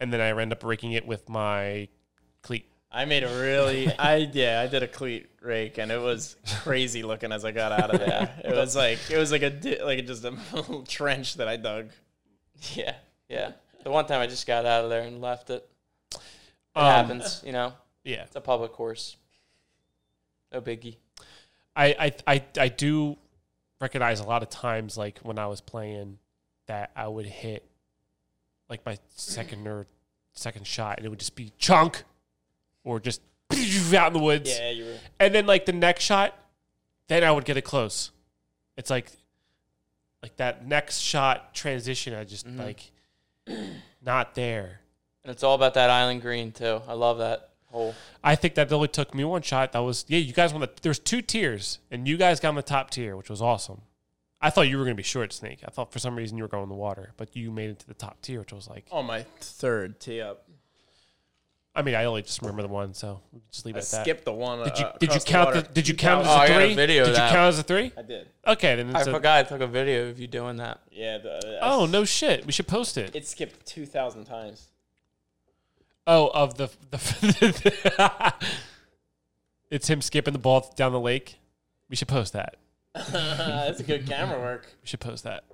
S2: and then I end up raking it with my cleat.
S3: I made a really, I yeah, I did a cleat rake, and it was crazy looking as I got out of there. It was like it was like a di- like just a little trench that I dug.
S1: Yeah, yeah. The one time I just got out of there and left it. It
S2: Um,
S1: happens, you know.
S2: Yeah,
S1: It's a public course. No biggie.
S2: I, I I I do recognize a lot of times like when I was playing that I would hit like my second or second shot and it would just be chunk or just out in the woods.
S3: Yeah, you were.
S2: And then like the next shot, then I would get it close. It's like like that next shot transition I just like not there.
S1: And it's all about that island green too. I love that hole.
S2: I think that only took me one shot. That was yeah. You guys won the. There's two tiers, and you guys got on the top tier, which was awesome. I thought you were going to be short, Snake. I thought for some reason you were going in the water, but you made it to the top tier, which was like.
S3: On my third tee up,
S2: I mean, I only just remember the one, so we can just leave
S3: I
S2: it at that.
S3: skipped the one.
S2: Did you
S3: uh,
S2: did you
S3: across
S2: count?
S3: The
S2: The,
S3: water.
S2: did you count Oh,
S1: Oh,
S2: as
S1: I
S2: a
S1: got a
S2: three?
S1: video of
S2: did you
S1: that.
S2: count as a three?
S3: I did.
S2: Okay, then
S1: I
S2: it's a,
S1: forgot I took a video of you doing that.
S3: Yeah. The, I
S2: Oh
S3: s-
S2: no shit! We should post it.
S3: It skipped two thousand times.
S2: Oh, of the the. it's him skipping the ball down the lake. We should post that.
S3: That's a good camera work.
S2: We should post that.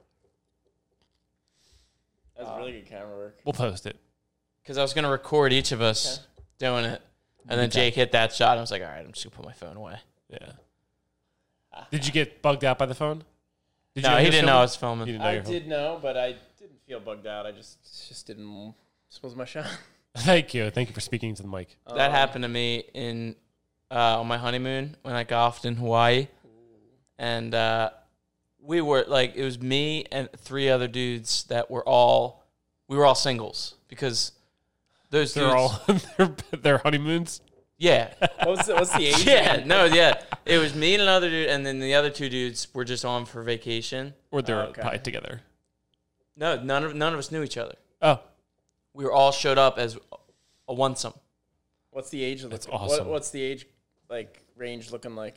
S3: That's really good camera work.
S2: We'll post it.
S1: Because I was gonna record each of us doing it, and then Jake hit that shot. And I was like, all right, I'm just gonna put my phone away.
S2: Yeah. Did you get bugged out by the phone? Did
S1: no,
S2: know
S1: he
S2: was
S1: didn't know I
S2: filming?
S1: was filming.
S2: You didn't know
S3: I
S2: your phone.
S3: did know, but I didn't feel bugged out. I just just didn't. This was my shot. Um,
S2: Thank you. Thank you for speaking to the mic.
S1: That happened to me in uh, on my honeymoon when I golfed in Hawaii, and uh, we were like it was me and three other dudes that were all we were all singles because those
S2: They're
S1: dudes,
S2: all their, their honeymoons.
S1: yeah
S3: What's the, what's the age?
S1: yeah no yeah it was me and another dude and then the other two dudes were just on for vacation.
S2: Or they're
S3: Oh, okay.
S2: probably together.
S1: No, none of none of us knew each other.
S2: Oh,
S1: We were all showed up as a onesome.
S3: What's the age of
S2: That's
S3: the, what-
S2: awesome.
S3: what's the age like range looking like?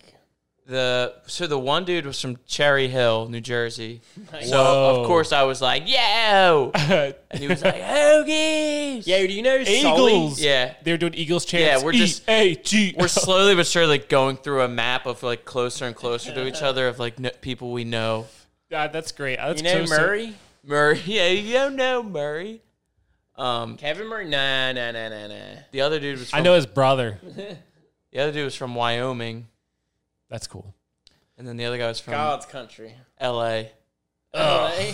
S1: The so the one dude was from Cherry Hill, New Jersey. So
S2: Whoa.
S1: of course I was like, yo. And he was like, Hoagies.
S3: Yeah, do you know
S2: Eagles.
S1: Yeah.
S2: They were doing Eagles chants. E
S1: Yeah, we're just-
S2: E-A-G.
S1: We're slowly but surely going through a map of like closer and closer to each other of like kn- people we know.
S2: God, that's great. That's
S3: You know
S2: so- so-
S3: Murray?
S1: Murray. Yeah, you don't know Murray. Um,
S3: Kevin Murray? Nah, nah, nah, nah, nah.
S1: the other dude was from,
S2: I know his brother.
S1: the other dude was from Wyoming,
S2: That's cool.
S1: and then the other guy was from
S3: God's country.
S1: L.A.
S3: LA?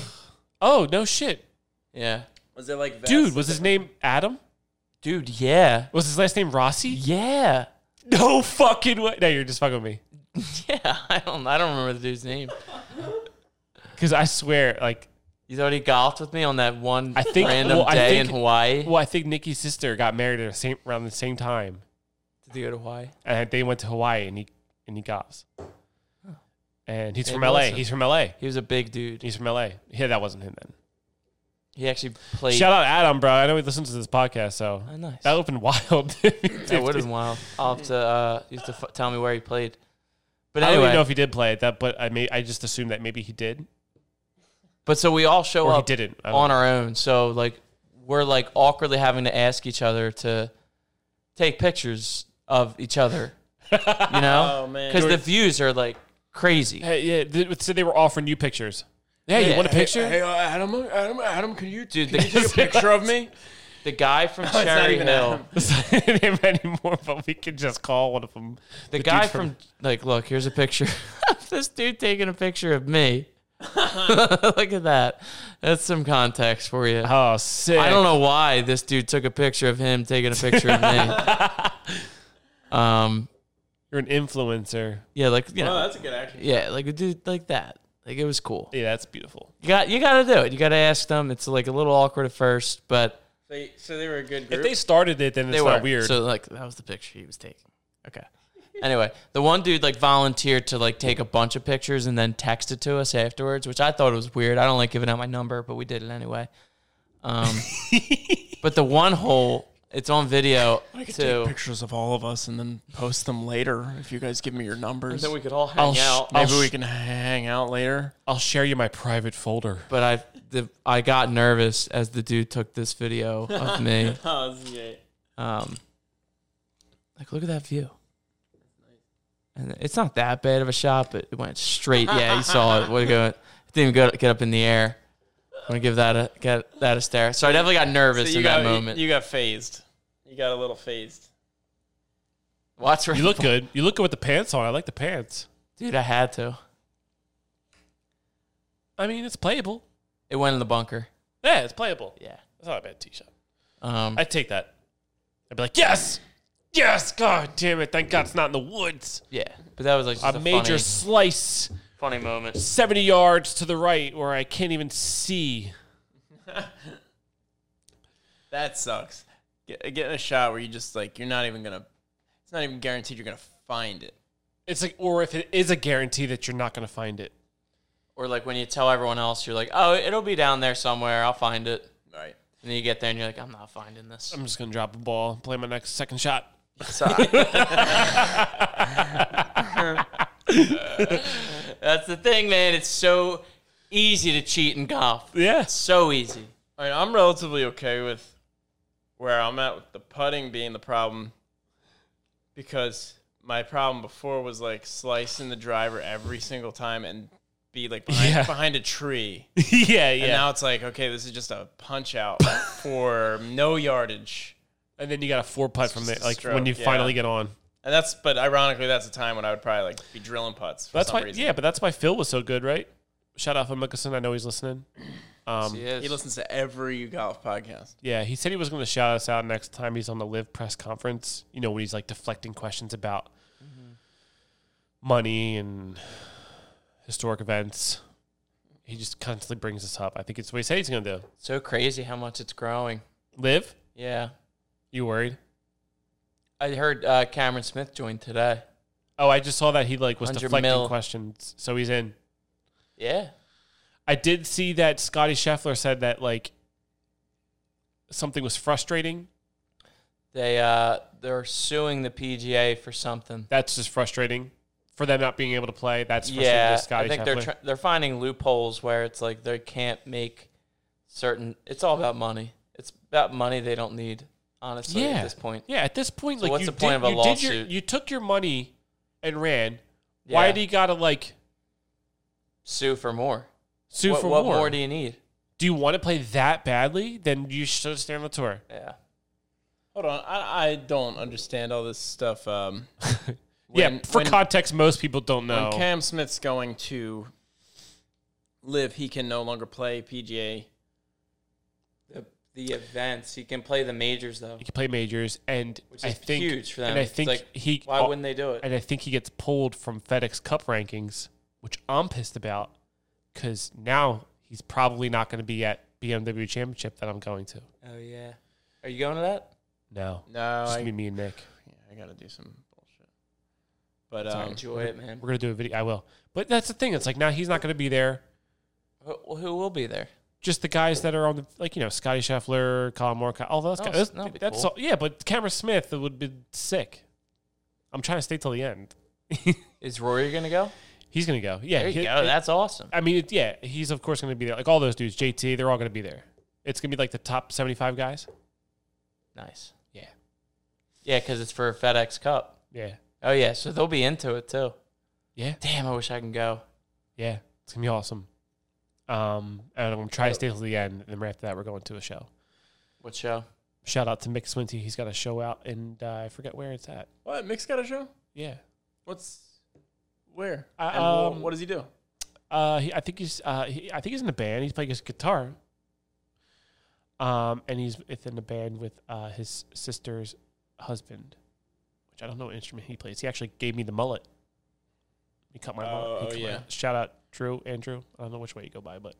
S2: Oh no shit,
S1: Yeah,
S3: Was it like vests?
S2: dude. Was his name Adam?
S1: dude. Yeah,
S2: Was his last name Rossi?
S1: yeah,
S2: No fucking way. No, you're just fucking with me.
S1: yeah. I don't. I don't remember the dude's name.
S2: Because I swear, like,
S1: You thought he golfed with me on that one
S2: I think-
S1: random
S2: well, I
S1: day
S2: think-
S1: in Hawaii?
S2: well, I think Nikki's sister got married at the same around the same time.
S1: Did he go to Hawaii?
S2: and they went to Hawaii and he and he golfs. And he's
S1: Hey,
S2: from LA.
S1: Melissa.
S2: He's from LA.
S1: He was a big dude.
S2: He's from LA. Yeah, that wasn't him then.
S1: He actually played.
S2: Shout out Adam, bro. I know he listens to this podcast, so
S1: Oh, nice.
S2: that opened wild.
S1: That would have been wild. I'll have to uh, you have to f- tell me where he played. But
S2: I don't
S1: anyway,
S2: even know if he did play it, that, but I may I just assumed that maybe he did
S1: but so we all show
S2: or he
S1: up
S2: didn't. I don't-
S1: on our own. So like we're like awkwardly having to ask each other to take pictures of each other. You know,
S3: Oh, man.
S1: because the views are like crazy.
S2: Hey, yeah, th- so they were offering you pictures. Yeah, you
S1: Yeah.
S2: want a picture?
S3: uh, Adam, Adam, Adam, can you
S1: Dude, the,
S3: picture of me?
S1: the guy from
S3: Oh, not
S1: Cherry
S3: even
S1: Hill.
S3: Adam.
S2: Him anymore, but we could just call one of them.
S1: The,
S2: dude
S1: guy from, like, look, here's a picture. this dude taking a picture of me. look at that. That's some context for you.
S2: oh sick.
S1: I don't know why this dude took a picture of him taking a picture of me. um,
S2: You're an influencer.
S1: yeah, like you
S3: Oh,
S1: know,
S3: that's a good action.
S1: yeah, like a dude like that. Like it was cool.
S2: Yeah, that's beautiful.
S1: You got you got to do it. You got to ask them. It's like a little awkward at first, but
S3: So, so they were a good
S2: If
S3: group.
S2: they started it, then
S1: they
S2: it's
S1: were
S2: not weird.
S1: So like that was the picture he was taking. Okay. Anyway, the one dude like volunteered to like take a bunch of pictures and then text it to us afterwards, which I thought was weird. I don't like giving out my number, but we did it anyway. Um, but the one hole, it's on video too.
S3: pictures of all of us and then post them later if you guys give me your numbers.
S1: Then we could all hang
S2: I'll sh-
S1: out.
S2: I'll
S3: Maybe we
S2: sh-
S3: can hang out later.
S2: I'll share you my private folder.
S1: But I, the, I got nervous as the dude took this video of me.
S3: Oh, that's great.
S1: Um, like look at that view. And it's not that bad of a shot, but it went straight. Yeah, you saw it. What going? It didn't even go, get up in the air. I'm gonna give that a get that a stare. So I definitely got nervous
S3: you
S1: in
S3: got
S1: that moment.
S3: You, got phased. You got a little phased.
S1: Watch
S2: You look good. You look good with the pants on. I like the pants.
S1: dude. I had to.
S2: I mean, it's playable.
S1: It went in the bunker.
S2: Yeah, it's playable.
S1: Yeah.
S2: It's not a bad t-shirt.
S1: Um.
S2: I'd take that. I'd be like, yes, yes. God damn it! Thank God it's not in the woods.
S1: yeah. But that was like just
S2: A, major
S1: funny,
S2: slice,
S1: funny moment.
S2: seventy yards to the right, where I can't even see.
S3: That sucks. Get, getting a shot where you just like you're not even gonna. It's not even guaranteed you're gonna find it.
S2: It's like, or if it is a guarantee that you're not going to find it.
S1: Or like when you tell everyone else, you're like, "Oh, it'll be down there somewhere. I'll find it."
S3: Right.
S1: And then you get there and you're like, "I'm not finding this."
S2: I'm just going to drop a ball, play my next second shot.
S3: Uh-huh.
S1: That's the thing, man. It's so easy to cheat in golf.
S2: Yes.
S1: So easy.
S3: All right. I'm relatively okay with where I'm at with the putting being the problem because my problem before was like slicing the driver every single time and be like behind,
S2: Yeah.
S3: behind a tree.
S2: yeah, yeah.
S3: And now it's like, okay, this is just a punch out for no yardage.
S2: and then you got a four putt from there,
S3: just a
S2: like
S3: stroke,
S2: when you
S3: yeah.
S2: finally get on.
S3: And that's, but ironically, that's a time when I would probably like be drilling putts. For
S2: That's
S3: some
S2: why,
S3: reason.
S2: yeah, but that's why Phil was so good, right? Shout out for Mickelson. I know he's listening. Um,
S3: He listens to every golf podcast.
S2: yeah, he said he was going to shout us out next time he's on the live press conference. You know, when he's like deflecting questions about
S3: Mm-hmm.
S2: money and historic events. He just constantly brings this up. I think it's what he said he's going to do.
S1: So crazy how much it's growing.
S2: Live,
S1: Yeah.
S2: you worried?
S1: I heard uh, Cameron Smith joined today.
S2: Oh, I just saw that he like was
S1: 100
S2: deflecting
S1: mil.
S2: questions, so he's in.
S1: Yeah.
S2: I did see that Scotty Scheffler said that like something was frustrating.
S1: They uh they're suing the PGA for something.
S2: That's just frustrating for them not being able to play. That's frustrating
S1: Yeah.
S2: to Scotty
S1: I think
S2: Scheffler.
S1: they're try- they're finding loopholes where it's like they can't make certain it's all about money. It's about money they don't need, honestly,
S2: Yeah.
S1: at this point.
S2: yeah, at this point,
S1: So
S2: like
S1: what's
S2: you
S1: the
S2: did,
S1: point of a
S2: you did your,
S1: lawsuit?
S2: you took your money and ran. Why
S1: Yeah.
S2: do you gotta like
S1: Sue for more.
S2: sue
S1: what
S2: for
S1: what
S2: more?
S1: more. do you need?
S2: do you want to play that badly? Then you should stay on the tour.
S1: Yeah.
S3: Hold on, I, I don't understand all this stuff. Um,
S2: yeah,
S3: when-
S2: for
S3: when-
S2: context, most people don't know.
S3: when Cam Smith's going to live, he can no longer play PGA.
S1: The, the events. He can play the majors though.
S2: he can play majors, and
S1: Which
S2: I
S1: is
S2: think
S1: huge for them.
S2: And I
S1: It's
S2: think
S1: like,
S2: he
S1: Why wouldn't they do it?
S2: and I think he gets pulled from FedEx Cup rankings, which I'm pissed about because now he's probably not going to be at BMW Championship that I'm going to.
S1: Oh yeah. Are you going to that?
S2: No,
S3: No,
S2: it's
S3: I,
S2: just gonna be me and Nick.
S3: yeah, I gotta do some bullshit. But
S2: Sorry.
S3: um,
S1: Enjoy it, man.
S2: We're gonna do a video. I will, but that's the thing. It's like now he's not going to be there.
S1: Who, who will be there?
S2: Just the guys that are on the like you know Scotty Scheffler, Colin Morikawa, all those
S1: Oh,
S2: guys.
S1: that'd be
S2: that's
S1: cool.
S2: all, yeah, but Cameron Smith it would be sick. I'm trying to stay till the end.
S1: Is Rory gonna go?
S2: He's gonna go. Yeah,
S1: There you
S2: he-
S1: go. That's awesome.
S2: I mean, it, yeah, he's of course going to be there. Like all those dudes, JT, they're all going to be there. It's going to be like the top 75 guys.
S1: Nice.
S2: Yeah.
S1: Yeah, because it's for FedEx Cup.
S2: Yeah.
S1: Oh yeah, so they'll be into it too.
S2: Yeah.
S1: Damn, I wish I can go.
S2: Yeah. It's going to be awesome. Um, and I'm going to try to stay till the end. And then right after that, we're going to a show.
S1: What show?
S2: Shout out to Mick Swinty. He's got a show out, and uh, I forget where it's at.
S3: what? Mick's got a show.
S2: Yeah.
S3: What's where?
S2: Uh,
S3: and wha-
S2: um,
S3: what does he do?
S2: Uh, he, I think he's uh, he, I think he's in a band. He's playing his guitar. Um, and he's within a band with uh, his sister's husband, which I don't know what instrument he plays. He actually gave me the mullet. He cut my mullet. He
S3: Oh,
S2: cut my-
S3: yeah.
S2: shout out Drew Andrew. I don't know which way you go by, but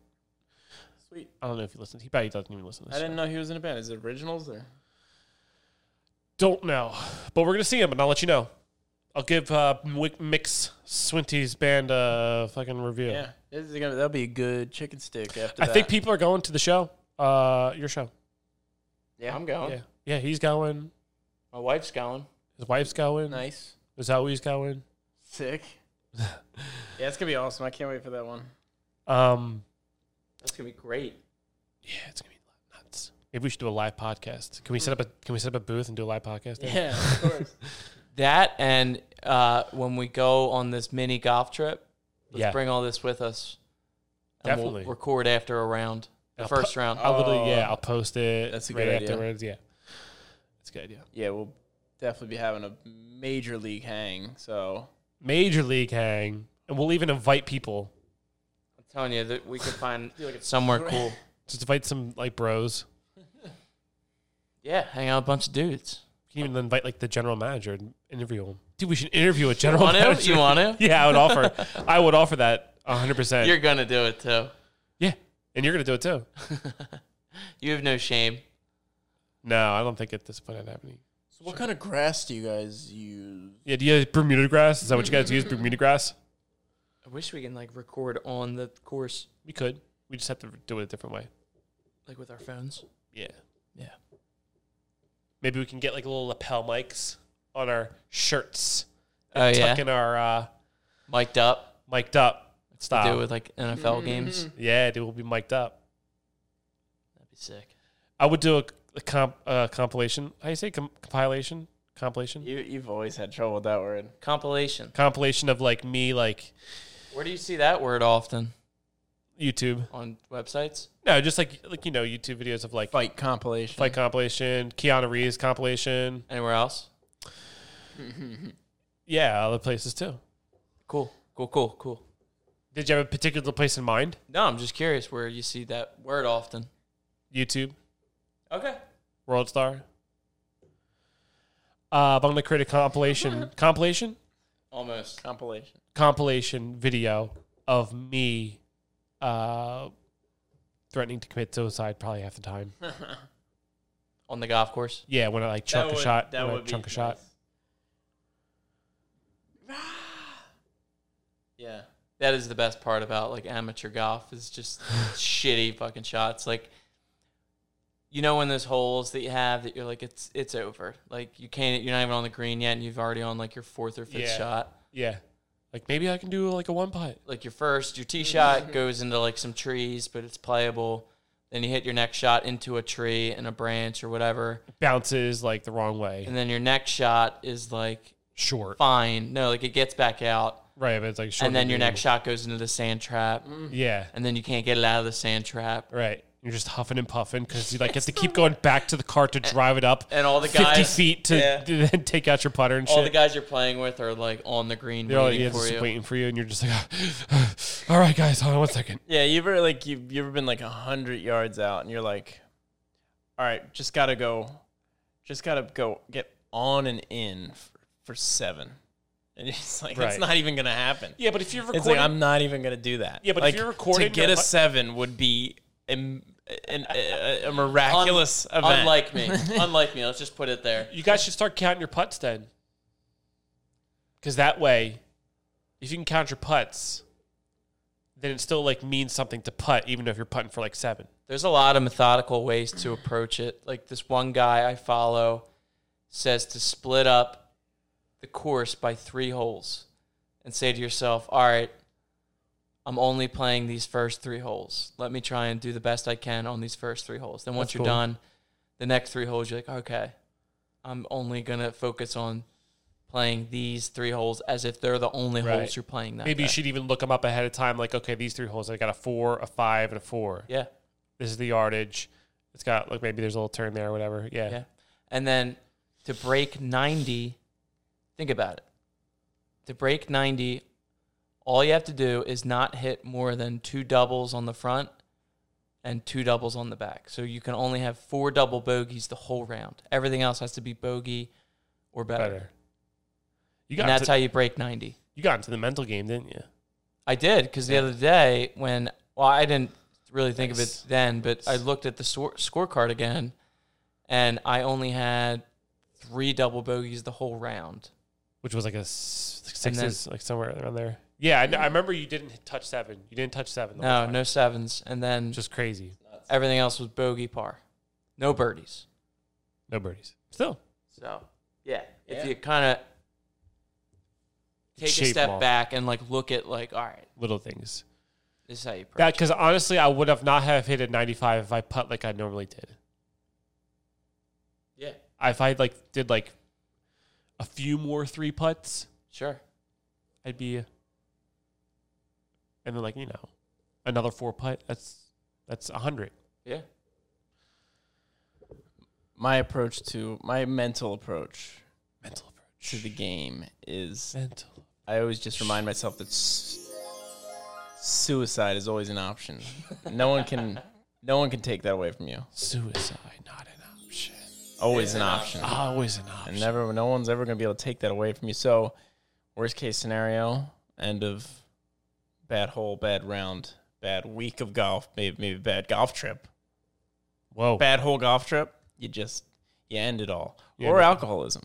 S3: Sweet.
S2: I don't know if he listens. He probably doesn't even listen. To
S3: I
S2: this
S3: didn't know he was in a band. Is it originals or?
S2: Don't know, but we're gonna see him, and I'll let you know. I'll give uh, Mick- Mix Swinty's band a fucking review.
S3: Yeah, this is gonna that'll be a good chicken stick after
S2: I
S3: that.
S2: think people are going to the show. Uh, your show.
S3: yeah,
S1: I'm going.
S2: Yeah, yeah. He's going.
S1: My wife's going.
S2: His wife's going.
S3: nice,
S2: Is that he's going?
S3: sick. yeah, it's gonna be awesome. I can't wait for that one.
S2: Um,
S1: That's gonna be great.
S2: yeah, it's gonna be nuts. Maybe we should do a live podcast. Can we set up a Can we set up a booth and do a live podcast? there?
S3: Yeah, of course.
S1: That and uh, when we go on this mini golf trip, let's
S2: Yeah.
S1: bring all this with us.
S2: Definitely.
S1: We'll record after a round, the
S2: I'll
S1: first round.
S2: I'll literally, yeah,
S3: Oh.
S2: I'll post it.
S3: That's a
S2: right
S3: good idea.
S2: afterwards. Yeah, it's a good idea.
S3: yeah, we'll definitely be having a major league hang. So
S2: Major League Hang, and we'll even invite people.
S1: I'm telling you that we could find somewhere cool.
S2: Just invite some like bros.
S1: Yeah, hang out with a bunch of dudes.
S2: You can even invite like the general manager and interview him. Dude, we should interview a general
S1: Want to?
S2: manager.
S1: You want to?
S2: yeah, I would offer. I would offer that 100. percent
S1: You're gonna do it too.
S2: Yeah, and you're gonna do it too.
S1: You have no shame.
S2: No, I don't think at this point I'd have any.
S3: what kind of grass do you guys use?
S2: Yeah, do you have Bermuda grass? Is that what you guys use? Bermuda grass?
S1: I wish we can like record on the course,
S2: We could. We just have to do it a different way.
S1: like with our phones.
S2: Yeah.
S1: Yeah.
S2: Maybe we can get like little lapel mics on our shirts.
S1: Oh yeah,
S2: Tucking our uh,
S1: mic'd up.
S2: mic'd up. Stop.
S1: Do it with like
S3: Mm-hmm.
S1: NFL games. That'd
S2: Yeah, dude, we'll be mic'd up.
S1: be sick.
S2: I would do a, a comp, uh, compilation. How you say com- compilation? Compilation?
S3: You you've always had trouble with that word.
S1: Compilation.
S2: Compilation of like me, like
S1: Where do you see that word often
S2: YouTube.
S1: on websites?
S2: No, just like like you know YouTube videos of like
S3: Fight compilation.
S2: fight compilation, Keanu Reeves compilation.
S1: Anywhere else?
S2: Yeah, other places too.
S1: Cool. Cool. Cool. Cool.
S2: Did you have a particular place in mind?
S1: No, I'm just curious where you see that word often.
S2: YouTube,
S1: Okay.
S2: World Star. Uh, but I'm gonna create a compilation, compilation,
S1: Almost.
S3: compilation.
S2: compilation video of me, uh, threatening to commit suicide probably half the time.
S1: On the golf course.
S2: Yeah, when I like chunk a
S3: would-
S2: shot,
S3: that
S2: when I
S3: would be
S2: chunk a shot.
S3: nice. yeah.
S1: That is the best part about like amateur golf is just shitty fucking shots. Like you know when those holes that you have that you're like it's it's over. Like you can't you're not even on the green yet and you've already on like your fourth or fifth
S2: Yeah.
S1: shot.
S2: Yeah, like maybe I can do like a one putt.
S1: like your first, your tee shot goes into like some trees, but it's playable. Then you hit your next shot into a tree and a branch or whatever.
S2: Bounces like the wrong way,
S1: And then your next shot is like
S2: short.
S1: fine. No, like it gets back out.
S2: Right, but it's like short.
S1: and then your
S2: medium.
S1: next shot goes into the sand trap.
S2: Yeah,
S1: And then you can't get it out of the sand trap.
S2: right. You're just huffing and puffing because you like have to keep going back to the cart to drive it up.
S1: And all the
S2: fifty
S1: guys
S2: feet to
S1: yeah.
S2: to then take out your putter and
S1: all the
S2: shit.
S1: guys you're playing with are like on the green
S2: They're all
S1: waiting
S2: yeah,
S1: for
S2: just
S1: you.
S2: waiting for you, and you're just like, all right, guys, hold on one second.
S3: Yeah, you ever like you you ever been like a hundred yards out and you're like, all right, just gotta go, just gotta go get on and in for, for seven, and it's just like it's
S2: Right.
S3: not even gonna happen.
S2: Yeah, but if you're
S3: It's like I'm not even gonna do that.
S2: Yeah, but if
S3: Like,
S2: you're recording,
S3: to get
S2: you're
S3: a
S2: like-
S3: seven would be an, an, a, a miraculous event.
S1: Unlike me. Unlike me. Let's just put it there.
S2: you guys should start counting your putts then, because that way, if you can count your putts, then it still like means something to putt, even if you're putting for like seven.
S1: there's a lot of methodical ways to approach it. Like this one guy I follow says to split up the course by three holes and say to yourself, all right, I'm only playing these first three holes. Let me try and do the best I can on these first three holes. Then once
S2: That's
S1: you're
S2: cool.
S1: done, the next three holes, you're like, okay, I'm only going to focus on playing these three holes as if they're the only
S2: Right.
S1: holes you're playing that
S2: Maybe you
S1: day.
S2: should even look them up ahead of time. Like, okay, these three holes, I got a four, a five, and a four.
S1: Yeah.
S2: This is the yardage. It's got like maybe there's a little turn there or whatever. Yeah.
S1: Yeah. And then to break 90, think about it. To break 90, all you have to do is not hit more than two doubles on the front and two doubles on the back. So you can only have four double bogeys the whole round. Everything else has to be bogey or better.
S2: better. You got
S1: And that's
S2: into,
S1: how you break 90.
S2: you got into the mental game, didn't you?
S1: I did because the other day when well I didn't really think
S2: Nice.
S1: of it then, but I looked at the score, scorecard again, and I only had three double bogeys the whole round,
S2: which was like a s- sixes, like somewhere around there. Yeah, I, I remember you didn't touch seven. You didn't touch seven. The whole
S1: No,
S2: time.
S1: no sevens, and then
S2: just crazy.
S1: everything else was bogey par, no birdies.
S2: No birdies. Still,
S1: So yeah, if
S3: Yeah.
S1: you kind of take
S2: Shape
S1: a step
S2: model.
S1: back and like look at like, all right,
S2: little things.
S1: this is how you approach.
S2: That because honestly, I would have not have hit a ninety five if I putt like I normally did.
S1: Yeah,
S2: If I like did like a few more three putts,
S1: sure.
S2: I'd be, and then like you know, another four putt. That's that's a hundred.
S1: Yeah,
S3: My approach to my mental approach
S2: Mental approach.
S3: to the game is
S2: Mental.
S3: I always just remind myself that s- suicide is always an option. No one can no one can take that away from you.
S2: Suicide, not an option.
S3: Always an option.
S2: Always an
S3: And
S2: option.
S3: never no one's ever going to be able to take that away from you. So, worst case scenario, end of bad hole, bad round, bad week of golf, maybe maybe bad golf trip.
S2: Whoa.
S3: Bad hole golf trip, you just you end it all.
S2: You
S3: or
S2: end it.
S3: alcoholism.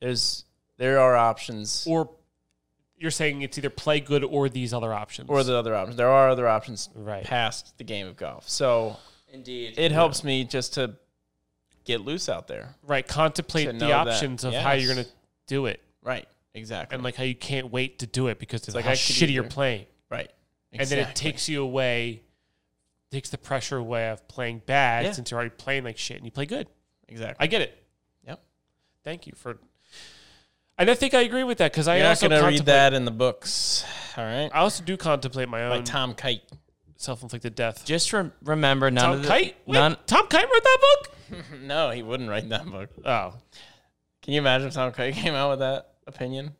S3: There's there are options.
S2: Or you're saying it's either play good or these other options.
S3: or the other options. There are other options
S2: Right.
S3: past the game of golf. So
S1: indeed.
S3: it helps me just to get loose out there.
S2: right. Contemplate
S3: To
S2: the
S3: know that,
S2: options of how you're
S3: yes.
S2: gonna do it
S3: Right. Exactly.
S2: and like how you can't wait to do it because it's like
S3: like
S2: how
S3: I could
S2: shitty you're
S3: either.
S2: playing,
S3: right.
S2: and then it takes you away, takes the pressure away of playing bad
S3: Yeah.
S2: since you're already playing like shit and you play good.
S3: exactly.
S2: I get it.
S3: Yep.
S2: Thank you for. And I think I agree with that because I
S3: You're not
S2: also
S3: going to read
S2: contemplate-
S3: that in the books. All right.
S2: I also do contemplate my
S3: By
S2: own
S3: Tom Kite.
S2: self-inflicted death.
S1: Just rem- remember none
S2: Tom
S1: of the
S2: Kite. Wait,
S1: none.
S2: Tom Kite wrote that book.
S3: No, he wouldn't write that book.
S2: Oh,
S3: Can you imagine if Tom Kite came out with that opinion?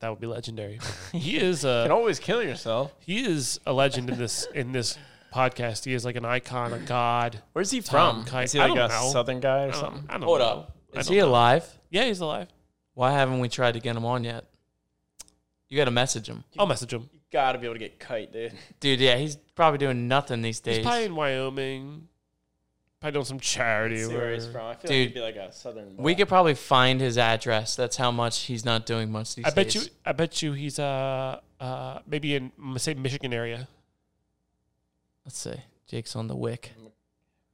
S2: that would be legendary. he is
S3: You can
S2: a
S3: always kill yourself.
S2: he is a legend in this in this podcast. He is like an icon, a god.
S3: Where's he
S2: Tom
S3: from?
S2: Kite.
S3: Is he
S2: I
S3: like a
S2: don't know.
S3: southern guy or
S2: I
S3: something?
S2: don't, I don't
S1: Hold
S2: know.
S1: up.
S2: I
S1: Is
S2: don't
S1: he
S2: know.
S1: alive?
S2: Yeah, he's alive.
S1: Why haven't we tried to get him on yet? You got to message him,
S2: I'll message him.
S3: You got to be able to get Kite, dude.
S1: dude. Yeah, he's probably doing nothing these days.
S2: He's probably in Wyoming. Probably doing some charity.
S3: See
S2: or
S3: where he's
S2: whatever.
S3: from. I feel
S1: Dude.
S3: like he'd be like a southern.
S1: we
S3: black.
S1: could probably find his address. That's how much he's not doing much these
S2: I
S1: days.
S2: bet you. I bet you he's uh uh maybe in m- say Michigan area.
S1: Let's see. Jake's on the wick.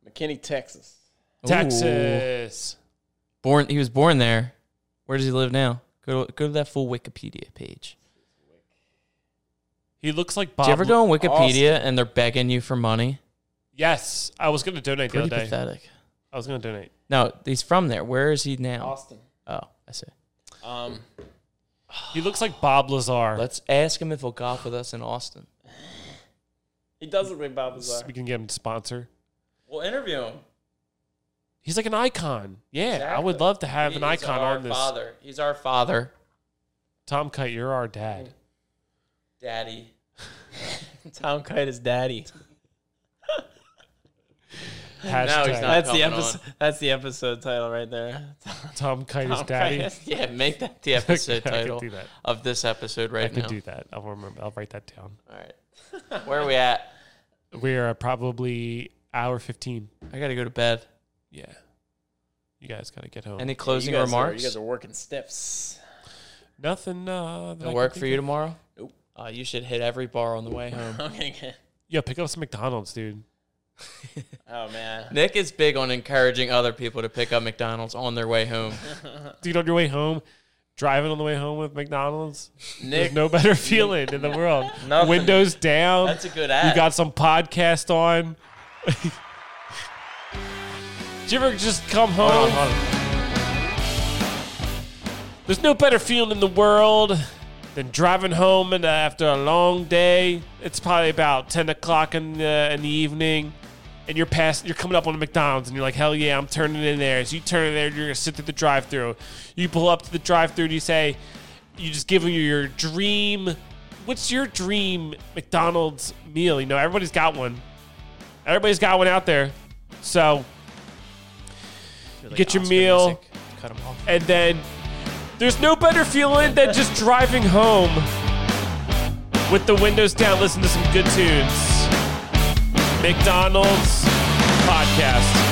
S3: McKinney, Texas.
S1: Ooh.
S2: Texas.
S1: Born. He was born there. Where does he live now? Go to, go to that full Wikipedia page.
S2: He looks like
S1: Do
S2: Bob.
S1: you ever go on
S3: Austin.
S1: Wikipedia and they're begging you for money?
S2: yes, I was gonna donate the
S1: Pretty
S2: other day.
S1: pathetic.
S2: I was gonna donate.
S1: No, he's from there. Where is he now?
S3: Austin.
S1: Oh, I see.
S3: Um,
S2: He looks like Bob Lazar.
S1: Let's ask him if he'll golf with us in Austin.
S3: he does look like Bob
S2: S-
S3: Lazar.
S2: We can get him to sponsor.
S3: We'll interview him.
S2: He's like an icon. Yeah, I would
S1: Exactly.
S2: love to have an
S1: He is
S2: icon
S1: our
S2: on this.
S1: Father. He's our father.
S2: Tom Kite, you're our dad.
S1: Daddy.
S3: Tom Kite is daddy.
S2: Hashtag
S1: he's not.
S3: That's the
S1: coming
S3: episode. That's the episode title right there.
S2: Tom Kite is
S3: Tom
S2: daddy.
S3: Kite.
S1: Yeah, make that the
S2: I
S1: episode
S2: could
S1: title
S2: do that.
S1: of this episode
S2: I
S1: right
S2: could
S1: now.
S2: do that. I'll remember. I'll write that down.
S1: All right. Where are we at?
S2: We are probably hour fifteen.
S1: I got to go to bed.
S2: Yeah, you guys gotta get home.
S1: Any closing
S3: Oh, You guys are-
S1: remarks?
S3: you guys are working steps.
S2: Nothing. Uh, that I
S1: It'll
S2: can
S1: work
S2: think
S1: for you
S2: of.
S1: tomorrow?
S3: Nope.
S1: Uh, you should hit every bar on the way home.
S3: Okay. good.
S2: Yeah, pick up some McDonald's, dude.
S3: Oh man.
S1: Nick is big on encouraging other people to pick up McDonald's on their way home.
S2: Dude, on your way home, driving on the way home with McDonald's.
S3: Nick,
S2: There's no better feeling in the world.
S3: Nothing.
S2: Windows down.
S3: that's a good
S2: you
S3: ad.
S2: got some podcast on. Did you ever just come home?
S1: Hold on, hold on.
S2: There's no better feeling in the world than driving home and uh, after a long day. It's probably about ten o'clock in the, in the evening, and you're past. You're coming up on a McDonald's, and you're like, "Hell yeah, I'm turning in there." As you turn in there, you're gonna sit through the drive-through. You pull up to the drive-through, and you say, "You just give them your dream. What's your dream McDonald's meal? You know, everybody's got one. Everybody's got one out there. So get your meal."
S1: Cut him off.
S2: and then there's no better feeling than just driving home with the windows down, listen to some good tunes. McDonald's podcast.